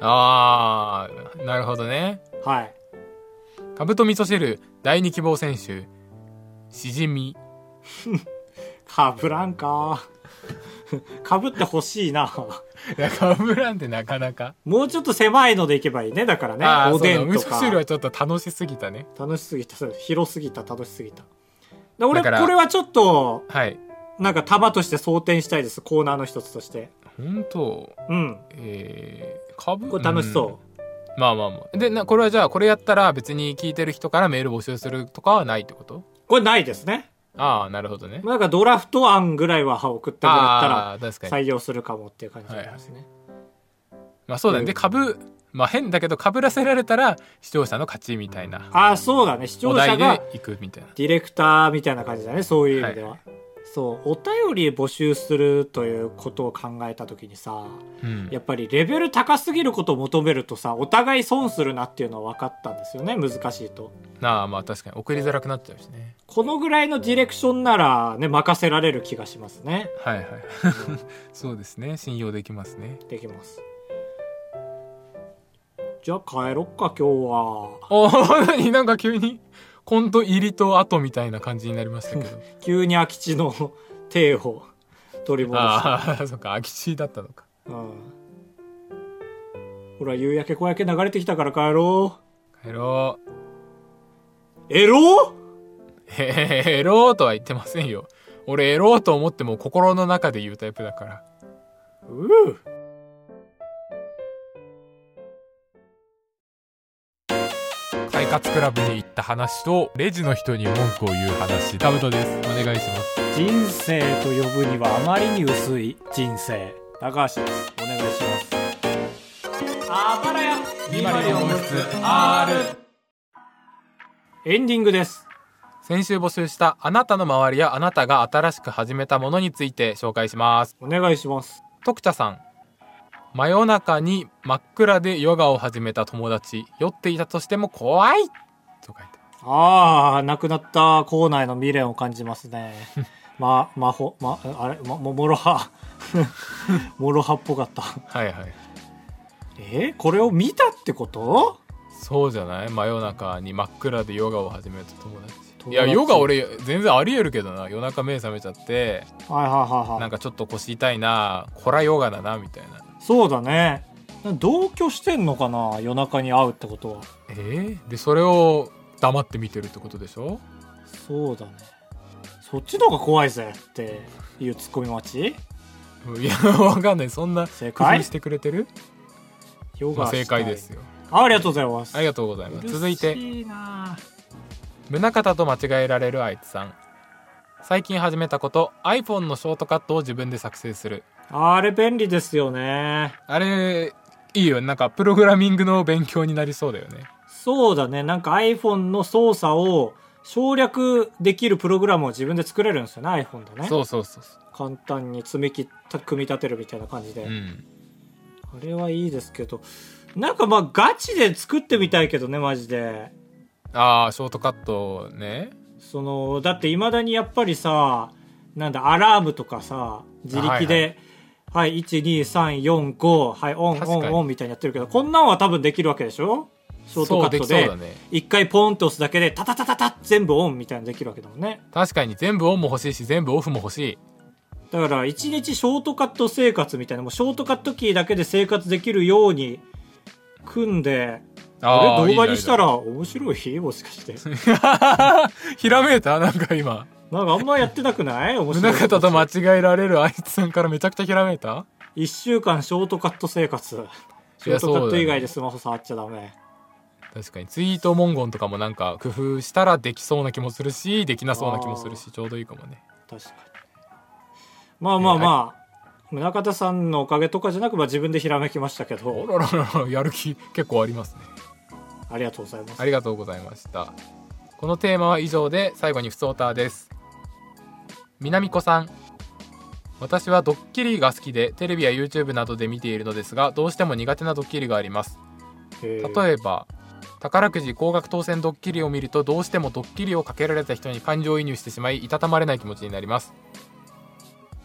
Speaker 1: ああなるほどね
Speaker 2: はい。
Speaker 1: カブト味噌汁第二希望選手しじみ [LAUGHS]
Speaker 2: かぶらんか。かぶってほしいな。
Speaker 1: いやかぶらんってなかなか、
Speaker 2: もうちょっと狭いのでいけばいいね。だから
Speaker 1: あ
Speaker 2: ね。
Speaker 1: ー
Speaker 2: おで
Speaker 1: そうんだ
Speaker 2: と
Speaker 1: 味噌汁
Speaker 2: か
Speaker 1: は。ちょっと楽しすぎたね
Speaker 2: 楽しすぎた。そう広すぎた。楽しすぎた。で俺、
Speaker 1: だから
Speaker 2: これはちょっと、
Speaker 1: はい
Speaker 2: なんか束として装填したいです。コーナーの一つとして。
Speaker 1: 本当
Speaker 2: うん。
Speaker 1: えー、かぶ
Speaker 2: これ楽しそう。
Speaker 1: うんまあまあまあでなこれはじゃあこれやったら別に聞いてる人からメール募集するとかはないってこと
Speaker 2: これないですね。
Speaker 1: ああなるほどね
Speaker 2: まあ、なんかドラフト案ぐらいは送ってもらったら
Speaker 1: ああー確かに
Speaker 2: 採用するかもっていう感じなんですね。
Speaker 1: まあそうだね
Speaker 2: うん
Speaker 1: でかぶまあ変だけどかぶらせられたら視聴者の勝ちみたいな
Speaker 2: ああ、そうだね。視聴
Speaker 1: お
Speaker 2: 者
Speaker 1: 題
Speaker 2: が
Speaker 1: でいくみたいな
Speaker 2: ディレクターみたいな感じだね。そういう意味では。
Speaker 1: は
Speaker 2: そう。お便り募集するということを考えたときにさ、
Speaker 1: うん
Speaker 2: やっぱりレベル高すぎることを求めるとさ、お互い損するなっていうのは分かったんですよね。難しいと。
Speaker 1: なあまあ確かに送りづらくなっちゃうしね
Speaker 2: このぐらいのディレクションならね、任せられる気がしますね。
Speaker 1: はい
Speaker 2: [LAUGHS]
Speaker 1: はいそうですね信用できますね
Speaker 2: できます。じゃあ帰ろっか、今日は。
Speaker 1: おお何なんか急にコント入りと後みたいな感じになりま
Speaker 2: [LAUGHS]
Speaker 1: したけど
Speaker 2: 急に空き地の [LAUGHS] 手を取り戻した、
Speaker 1: ああそっか空き地だったのか
Speaker 2: うん、ほら夕焼け小焼け流れてきたから帰ろう
Speaker 1: 帰ろう
Speaker 2: エロ
Speaker 1: えエローとは言ってませんよ。俺エローと思っても心の中で言うタイプだから。
Speaker 2: うう
Speaker 1: 快活クラブに行った話と、レジの人に文句を言う話、タブトです。お願いします。
Speaker 2: 人生と呼ぶにはあまりに薄い人生高橋ですお願いしますあばらやエンディングです
Speaker 1: 先週募集したあなたの周りやあなたが新しく始めたものについて紹介します。
Speaker 2: お願いします
Speaker 1: 徳茶さん。真夜中に真っ暗でヨガを始めた友達、酔っていたとしても怖いと書いてある
Speaker 2: ああなくなった校内の未練を感じます [LAUGHS] ねま魔法まあれまももろ [LAUGHS] はもろはっぽかった
Speaker 1: はいはい。
Speaker 2: えーこれを見たってこと
Speaker 1: そうじゃない真夜中に真っ暗でヨガを始めた友達
Speaker 2: 友
Speaker 1: い
Speaker 2: 達
Speaker 1: やヨガ俺全然ありえるけどな夜中目覚めちゃって
Speaker 2: はいはいはいはい
Speaker 1: なんかちょっと腰痛いなこらヨガだなみたいな
Speaker 2: そうだねな同居してんのかな夜中に会うってことは
Speaker 1: えーでそれを黙って見てるってことでしょ [LAUGHS]
Speaker 2: そうだねそっちの方が怖いぜっていうツッコミ待ち
Speaker 1: いやわかんないそんな
Speaker 2: 正
Speaker 1: 工
Speaker 2: 解
Speaker 1: 夫してくれてる、
Speaker 2: ヨ
Speaker 1: ま
Speaker 2: ガ
Speaker 1: あ、
Speaker 2: したい
Speaker 1: 正解ですよ
Speaker 2: ありがとうございます
Speaker 1: ありがとうございます続いて
Speaker 2: 嬉しいな
Speaker 1: 宗像と間違えられるあいつさん最近始めたこと iPhone のショートカットを自分で作成する
Speaker 2: あれ便利ですよね
Speaker 1: あれいいよなんかプログラミングの勉強になりそうだよね
Speaker 2: そうだねなんか iPhone の操作を省略できるプログラムを自分で作れるんですよね iPhone でね
Speaker 1: そうそうそうそ
Speaker 2: 簡単に積み切った組み立てるみたいな感じで、
Speaker 1: ううん
Speaker 2: あれはいいですけどなんかまあガチで作ってみたいけどねマジで
Speaker 1: ああショートカットね
Speaker 2: そのだっていまだにやっぱりさなんだアラームとかさ自力ではい、12345はいオン
Speaker 1: 確か
Speaker 2: オ
Speaker 1: に
Speaker 2: ンオンみたいにやってるけどこんなんは多分できるわけでしょショートカット
Speaker 1: そうできそ
Speaker 2: で
Speaker 1: うだね
Speaker 2: 一、回ポンと押すだけでタタタタタ全部オンみたいなのできるわけだもんね
Speaker 1: 確かに全部オンも欲しいし全部オフも欲しい
Speaker 2: だから一日ショートカット生活みたいなもうショートカットキーだけで生活できるように組んで
Speaker 1: ー
Speaker 2: これ動画
Speaker 1: いい
Speaker 2: に
Speaker 1: じ
Speaker 2: し
Speaker 1: ゃん
Speaker 2: た
Speaker 1: い
Speaker 2: ら面白いもしかして
Speaker 1: いじゃんひらめいたなんか今
Speaker 2: なんかあんまやってなくない
Speaker 1: [LAUGHS]
Speaker 2: 面白い
Speaker 1: 宗像と間違えられるあいつさんからめちゃくちゃひらめいた
Speaker 2: 1週間ショートカット生活ショートカット以外でスマホ触っちゃダメ
Speaker 1: 確かにツイート文言とかもなんか工夫したらできそうな気もするしできなそうな気もするしちょうどいいかもね
Speaker 2: 確かにまあまあまあ、宗像さんのおかげとかじゃなく、まあ、自分でひらめきましたけ
Speaker 1: お
Speaker 2: ど
Speaker 1: ららららやる気結構ありますね
Speaker 2: ありがとうございます
Speaker 1: ありがとうございましたこのテーマは以上で最後にふつおたです南子さん私はドッキリが好きでテレビや YouTube などで見ているのですがどうしても苦手なドッキリがあります
Speaker 2: えー
Speaker 1: 例えば宝くじ高額当選ドッキリを見るとどうしてもドッキリをかけられた人に感情移入してしまいいたたまれない気持ちになります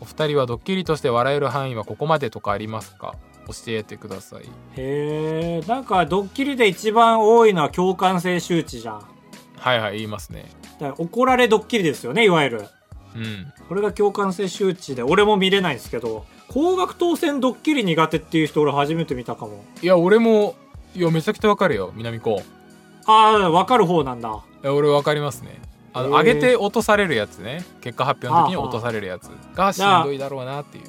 Speaker 1: お二人はドッキリとして笑える範囲はここまでとかありますか教えてください
Speaker 2: へえんかドッキリで一番多いのは共感性周知じゃん
Speaker 1: はいはい言いますね
Speaker 2: だから怒られドッキリですよねいわゆる
Speaker 1: うん
Speaker 2: これが共感性周知で俺も見れないんですけど高額当選ドッキリ苦手っていう人俺初めて見たかも
Speaker 1: いや俺もいやめちゃくちゃわかるよ南高
Speaker 2: ああ分かる方なんだ
Speaker 1: え俺わかりますねあの
Speaker 2: へー
Speaker 1: 上げて落とされるやつね結果発表の時に落とされるやつがしんどいだろうなっていう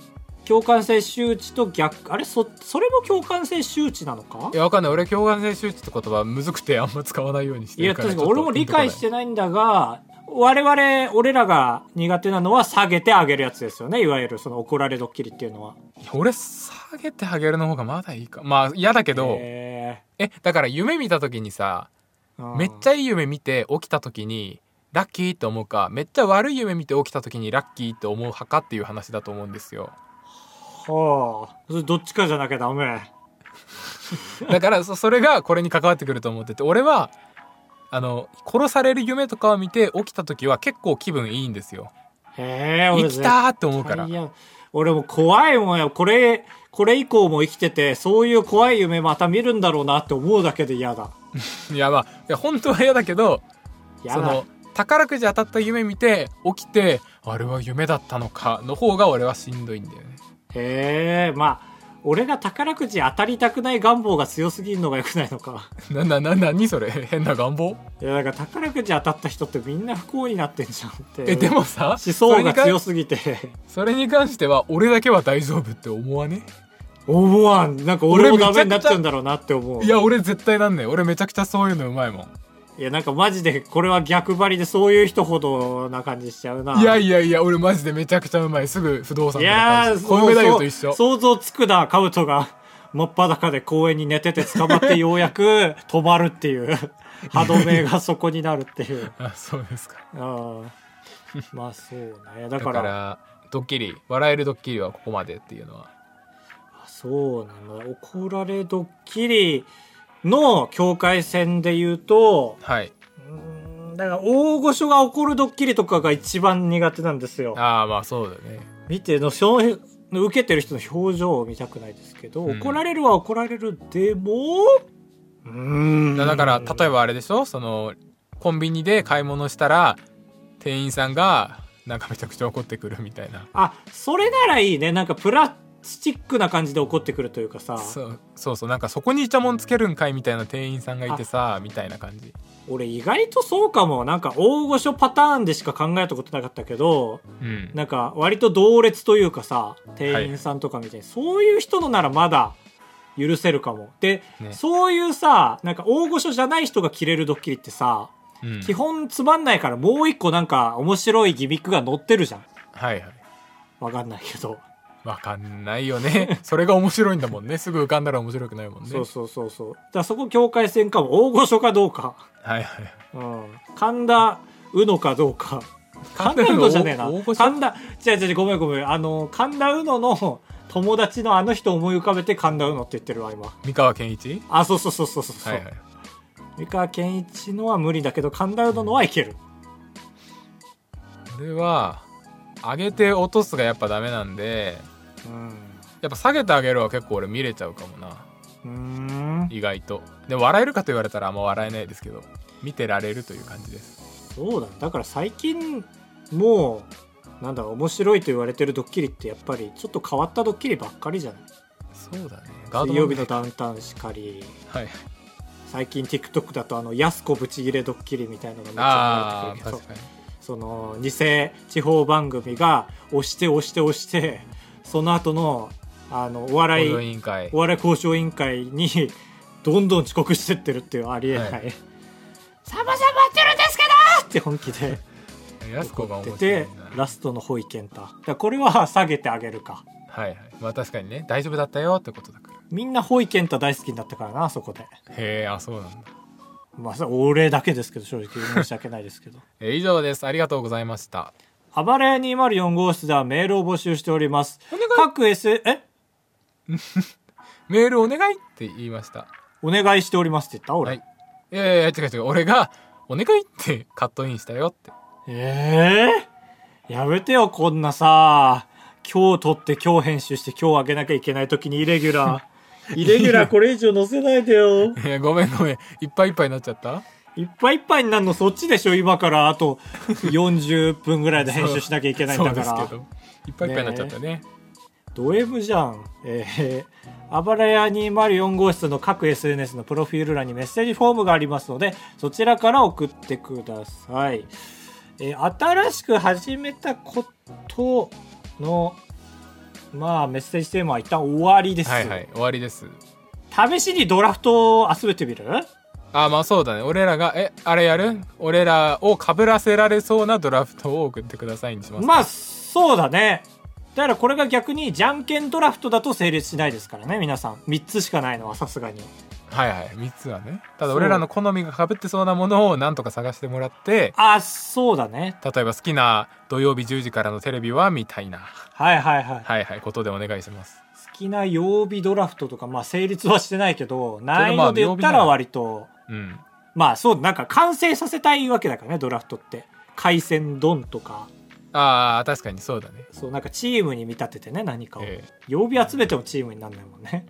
Speaker 2: 共感性周知と逆あれそそれも共感性周知なのか
Speaker 1: いやわかんない俺共感性周知って言葉むずくてあんま使わないようにして
Speaker 2: いや
Speaker 1: るから
Speaker 2: 確か
Speaker 1: ちょっと
Speaker 2: 俺も理解し
Speaker 1: ピン
Speaker 2: てないんだが我々俺らが苦手なのは下げてあげるやつですよねいわゆるその怒られドッキリっていうのは
Speaker 1: とこないいや俺下げてあげるの方がまだいいかまあ嫌だけどえ
Speaker 2: へ
Speaker 1: だから夢見た時にさ
Speaker 2: え
Speaker 1: めっち
Speaker 2: ゃ
Speaker 1: ゃいい夢見て起きた時にラッキーと思うかめっちゃ悪い夢見て起きた時にラッキーと思う派かっていう話だと思うんですよ
Speaker 2: はあそれどっちかじゃなきゃダメ
Speaker 1: [LAUGHS] だからそそれがこれに関わってくると思ってて俺はあの殺される夢とかを見て起きた時は結構気分いいんですよ
Speaker 2: へえ俺
Speaker 1: 生きたーって思うから
Speaker 2: いや俺も怖いもんやこれこれ以降も生きててそういう怖い夢また見るんだろうなって思うだけで嫌だ
Speaker 1: いやまあいや本当は嫌だけど
Speaker 2: 嫌
Speaker 1: そ
Speaker 2: だ
Speaker 1: の宝くじ当たった夢見て起きてあれは夢だったのかの方が俺はしんどいんだよね
Speaker 2: へえまあ俺が宝くじ当たりたくない願望が強すぎるのが良くないのか [LAUGHS]
Speaker 1: な [LAUGHS] なな何それ変な願望
Speaker 2: いやだから宝くじ当たった人ってみんな不幸になってんじゃんって
Speaker 1: えでもさ
Speaker 2: 思想が強
Speaker 1: それに関
Speaker 2: すぎて
Speaker 1: それに関しては俺だけは大丈夫って思わね
Speaker 2: 思わんなんか俺も
Speaker 1: 俺めちゃくちゃ
Speaker 2: ダメになっちゃうんだろうなって思う
Speaker 1: いや俺絶対なんねん俺めちゃくちゃそういうのうまいもん
Speaker 2: いやなんかマジでこれは逆張りでそういう人ほどな感じしちゃうない
Speaker 1: やいやいや俺マジでめちゃくちゃうまいすぐ不動産
Speaker 2: い
Speaker 1: とか
Speaker 2: や
Speaker 1: 買
Speaker 2: ー
Speaker 1: うし小梅太夫と一緒
Speaker 2: そう想像つくなカブトが真っ裸で公園に寝てて捕まってようやく止まるっていう歯止めがそこになるっていう
Speaker 1: [LAUGHS] あそうですか
Speaker 2: ああまあそうねだ
Speaker 1: だ
Speaker 2: か
Speaker 1: からドッキリ笑えるドッキリはここまでっていうのは
Speaker 2: そうなんだ怒られドッキリの境界線で言うと
Speaker 1: はいう
Speaker 2: ーんだから大御所が怒るドッキリとかが一番苦手なんですよ
Speaker 1: ああまあそうだね
Speaker 2: 見てのその受けてる人の表情を見たくないですけど、
Speaker 1: うん
Speaker 2: 怒られるは怒られるでもうーん
Speaker 1: だだから例えばあれでしょそのコンビニで買い物したら店員さんがなんかめちゃくちゃ怒ってくるみたいな
Speaker 2: あそれならいいねなんかプラスチックな感じで怒ってくるというかさ
Speaker 1: そうそうそうなんかそこにイチャモンつけるんかいみたいな店員さんがいてさみたいな感じ
Speaker 2: 俺意外とそうかもなんか大御所パターンでしか考えたことなかったけど
Speaker 1: うん
Speaker 2: なんか割と同列というかさ店員さんとかみたいに、そういう人のならまだ許せるかもで、
Speaker 1: ね
Speaker 2: そういうさなんか大御所じゃない人がキレるドッキリってさ
Speaker 1: うん
Speaker 2: 基本つまんないからもう一個なんか面白いギミックが載ってるじゃん。
Speaker 1: はいはい
Speaker 2: わかんないけど。
Speaker 1: わかんないよねそれが面白いんだもんねすぐ浮かんだら面白くないもんね
Speaker 2: そうそうそうそう。だからそこ境界線かも。大御所かどうか。
Speaker 1: はいはい
Speaker 2: うん。神田うのかどうか。神田うのじゃねえな
Speaker 1: 大御。所
Speaker 2: 神田、違う違う違うごめんごめん。あの、神田うのの友達のあの人を思い浮かべて神田うのって言ってるわ、今。
Speaker 1: 三河健一
Speaker 2: あ、そうそうそうそうそうそう。
Speaker 1: はいはい
Speaker 2: 三河健一のは無理だけど、神田うののはいける。
Speaker 1: これは上げて落とすがやっぱダメなんで
Speaker 2: うん。
Speaker 1: やっぱ下げてあげるは結構俺見れちゃうかもな
Speaker 2: うーん。
Speaker 1: 意外とでも笑えるかと言われたらあんま笑えないですけど見てられるという感じです
Speaker 2: そうだだから最近もうなんだろう面白いと言われてるドッキリってやっぱりちょっと変わったドッキリばっかりじゃない
Speaker 1: そうだねガードマン
Speaker 2: 水曜日のダウンタウンしかり
Speaker 1: はい
Speaker 2: 最近 TikTok だとあの安子ブチギレドッキリみたいのがめっちゃ
Speaker 1: あ
Speaker 2: 流れ
Speaker 1: あ
Speaker 2: てくる
Speaker 1: 確
Speaker 2: けど
Speaker 1: かに
Speaker 2: その偽地方番組が押して押して押してその後のあのお
Speaker 1: 報
Speaker 2: 笑
Speaker 1: 道委
Speaker 2: い
Speaker 1: 員会
Speaker 2: お笑い交渉委員会にどんどん遅刻してってる [LAUGHS] っていうありえない、
Speaker 1: はい
Speaker 2: サバサバやってるんですけどって本気で。
Speaker 1: やすこが
Speaker 2: 怒
Speaker 1: 面
Speaker 2: って
Speaker 1: 白い
Speaker 2: て
Speaker 1: な
Speaker 2: ラストのホイケンタだからこれは下げてあげるか
Speaker 1: はいはいまあ確かにね大丈夫だったよってことだから
Speaker 2: みんなホイケンタ大好きになったからなそこで
Speaker 1: へえあそうなんだ
Speaker 2: まあそれ俺だけですけど正直申し訳ないですけど
Speaker 1: えー以上ですありがとうございました
Speaker 2: 暴れ204号室ではメールを募集しております
Speaker 1: お願い
Speaker 2: 各 S え
Speaker 1: メールお願いって言いました
Speaker 2: お願いしておりますって言った俺、
Speaker 1: はいいやいやいや違う違う俺がお願いってカットインしたよって [LAUGHS]
Speaker 2: ええやめてよこんなさ今日撮って今日編集して今日あげなきゃいけない時にイレギュラー [LAUGHS] イレギュラーこれ以上載せないでよ
Speaker 1: いやごめんごめんいっぱいいっぱいになっちゃった
Speaker 2: いっぱいいっぱいになるのそっちでしょ今からあと40分ぐらいで編集しなきゃいけないんだか
Speaker 1: そうで
Speaker 2: ら
Speaker 1: すけどいっぱいいっぱいになっちゃったね
Speaker 2: ド M じゃんえー、あばらや204号室の各 SNS のプロフィール欄にメッセージフォームがありますのでそちらから送ってください、えー新しく始めたことのまあメッセージテーマは一旦終わりです、
Speaker 1: はいはい終わりです
Speaker 2: 試しにドラフトを集めてみる
Speaker 1: あまあそうだね俺らがえあれやる俺らをかぶらせられそうなドラフトを送ってくださいにします
Speaker 2: まあそうだねだからこれが逆にじゃんけんドラフトだと成立しないですからね皆さん3つしかないのはさすがに
Speaker 1: はいはい3つはねただ
Speaker 2: そう
Speaker 1: 俺らの好みがかぶってそうなものをなんとか探してもらって
Speaker 2: あそうだね
Speaker 1: 例えば好きな土曜日10時からのテレビはみたいな
Speaker 2: はいはいはい、
Speaker 1: はいはいことでお願いします
Speaker 2: 好きな曜日ドラフトとかまあ成立はしてないけど難易
Speaker 1: まあ
Speaker 2: 度で言
Speaker 1: 曜
Speaker 2: った
Speaker 1: 日な
Speaker 2: ら
Speaker 1: ら
Speaker 2: 割と
Speaker 1: うん
Speaker 2: まあそうなんか完成させたいわけだからねドラフトって海鮮丼とか
Speaker 1: ああ確かにそうだね
Speaker 2: そうなんかチームに見立ててね何かを、
Speaker 1: ええ
Speaker 2: 曜日集めてもチームになんないもんね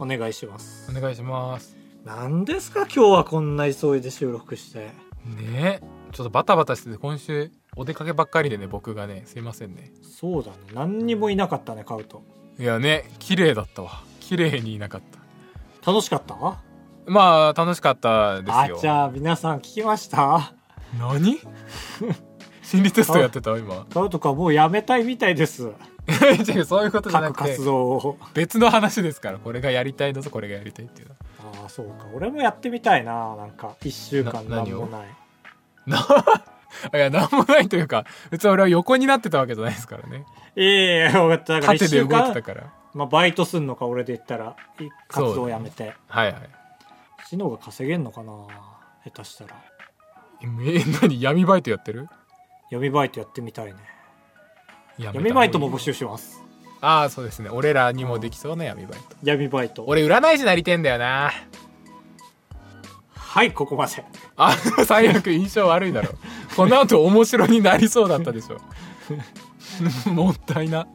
Speaker 2: お願いします
Speaker 1: お願いします
Speaker 2: 何ですか今日はこんな急いで収録して
Speaker 1: ねえちょっとバタバタしてて今週お出かけばっかりでね僕がねすいませんね
Speaker 2: そうだね何にもいなかったねカウト
Speaker 1: いやね綺麗だったわ綺麗にいなかった
Speaker 2: 楽しかった
Speaker 1: まあ楽しかったで
Speaker 2: あ
Speaker 1: す
Speaker 2: じ
Speaker 1: よ
Speaker 2: ゃあ皆さん聞きました
Speaker 1: 何 [LAUGHS] 心理テストやってた今 [LAUGHS]
Speaker 2: トロとかもうやめたいみたいです
Speaker 1: 違うそういうことじゃな
Speaker 2: 各
Speaker 1: くて
Speaker 2: 活動を
Speaker 1: 別の話ですからこれがやりたいのとこれがやりたいっていうの
Speaker 2: ああそうか俺もやってみたいななんか1週間
Speaker 1: な
Speaker 2: な
Speaker 1: 何
Speaker 2: ん
Speaker 1: を
Speaker 2: もない
Speaker 1: いや [LAUGHS] なんもないというか別に俺は横になってたわけじゃないですからね
Speaker 2: いやいや分かっただから1
Speaker 1: 縦で動
Speaker 2: 週
Speaker 1: いて
Speaker 2: 間
Speaker 1: たから
Speaker 2: まあ、バイトすんのか俺で言ったらい活動やめて
Speaker 1: はいはい
Speaker 2: 死の方が稼げんのかな下手したら
Speaker 1: え何闇バイトやってる
Speaker 2: 闇バイトやってみたいね
Speaker 1: やめた
Speaker 2: 闇バイトも募集します
Speaker 1: ああそうですね俺らにもできそうな闇バイト
Speaker 2: 闇バイト
Speaker 1: 俺占い師なりてんだよな
Speaker 2: はいここまで
Speaker 1: あ最悪印象悪いだろこの後面白になりそうだったでしょ [LAUGHS] もったいな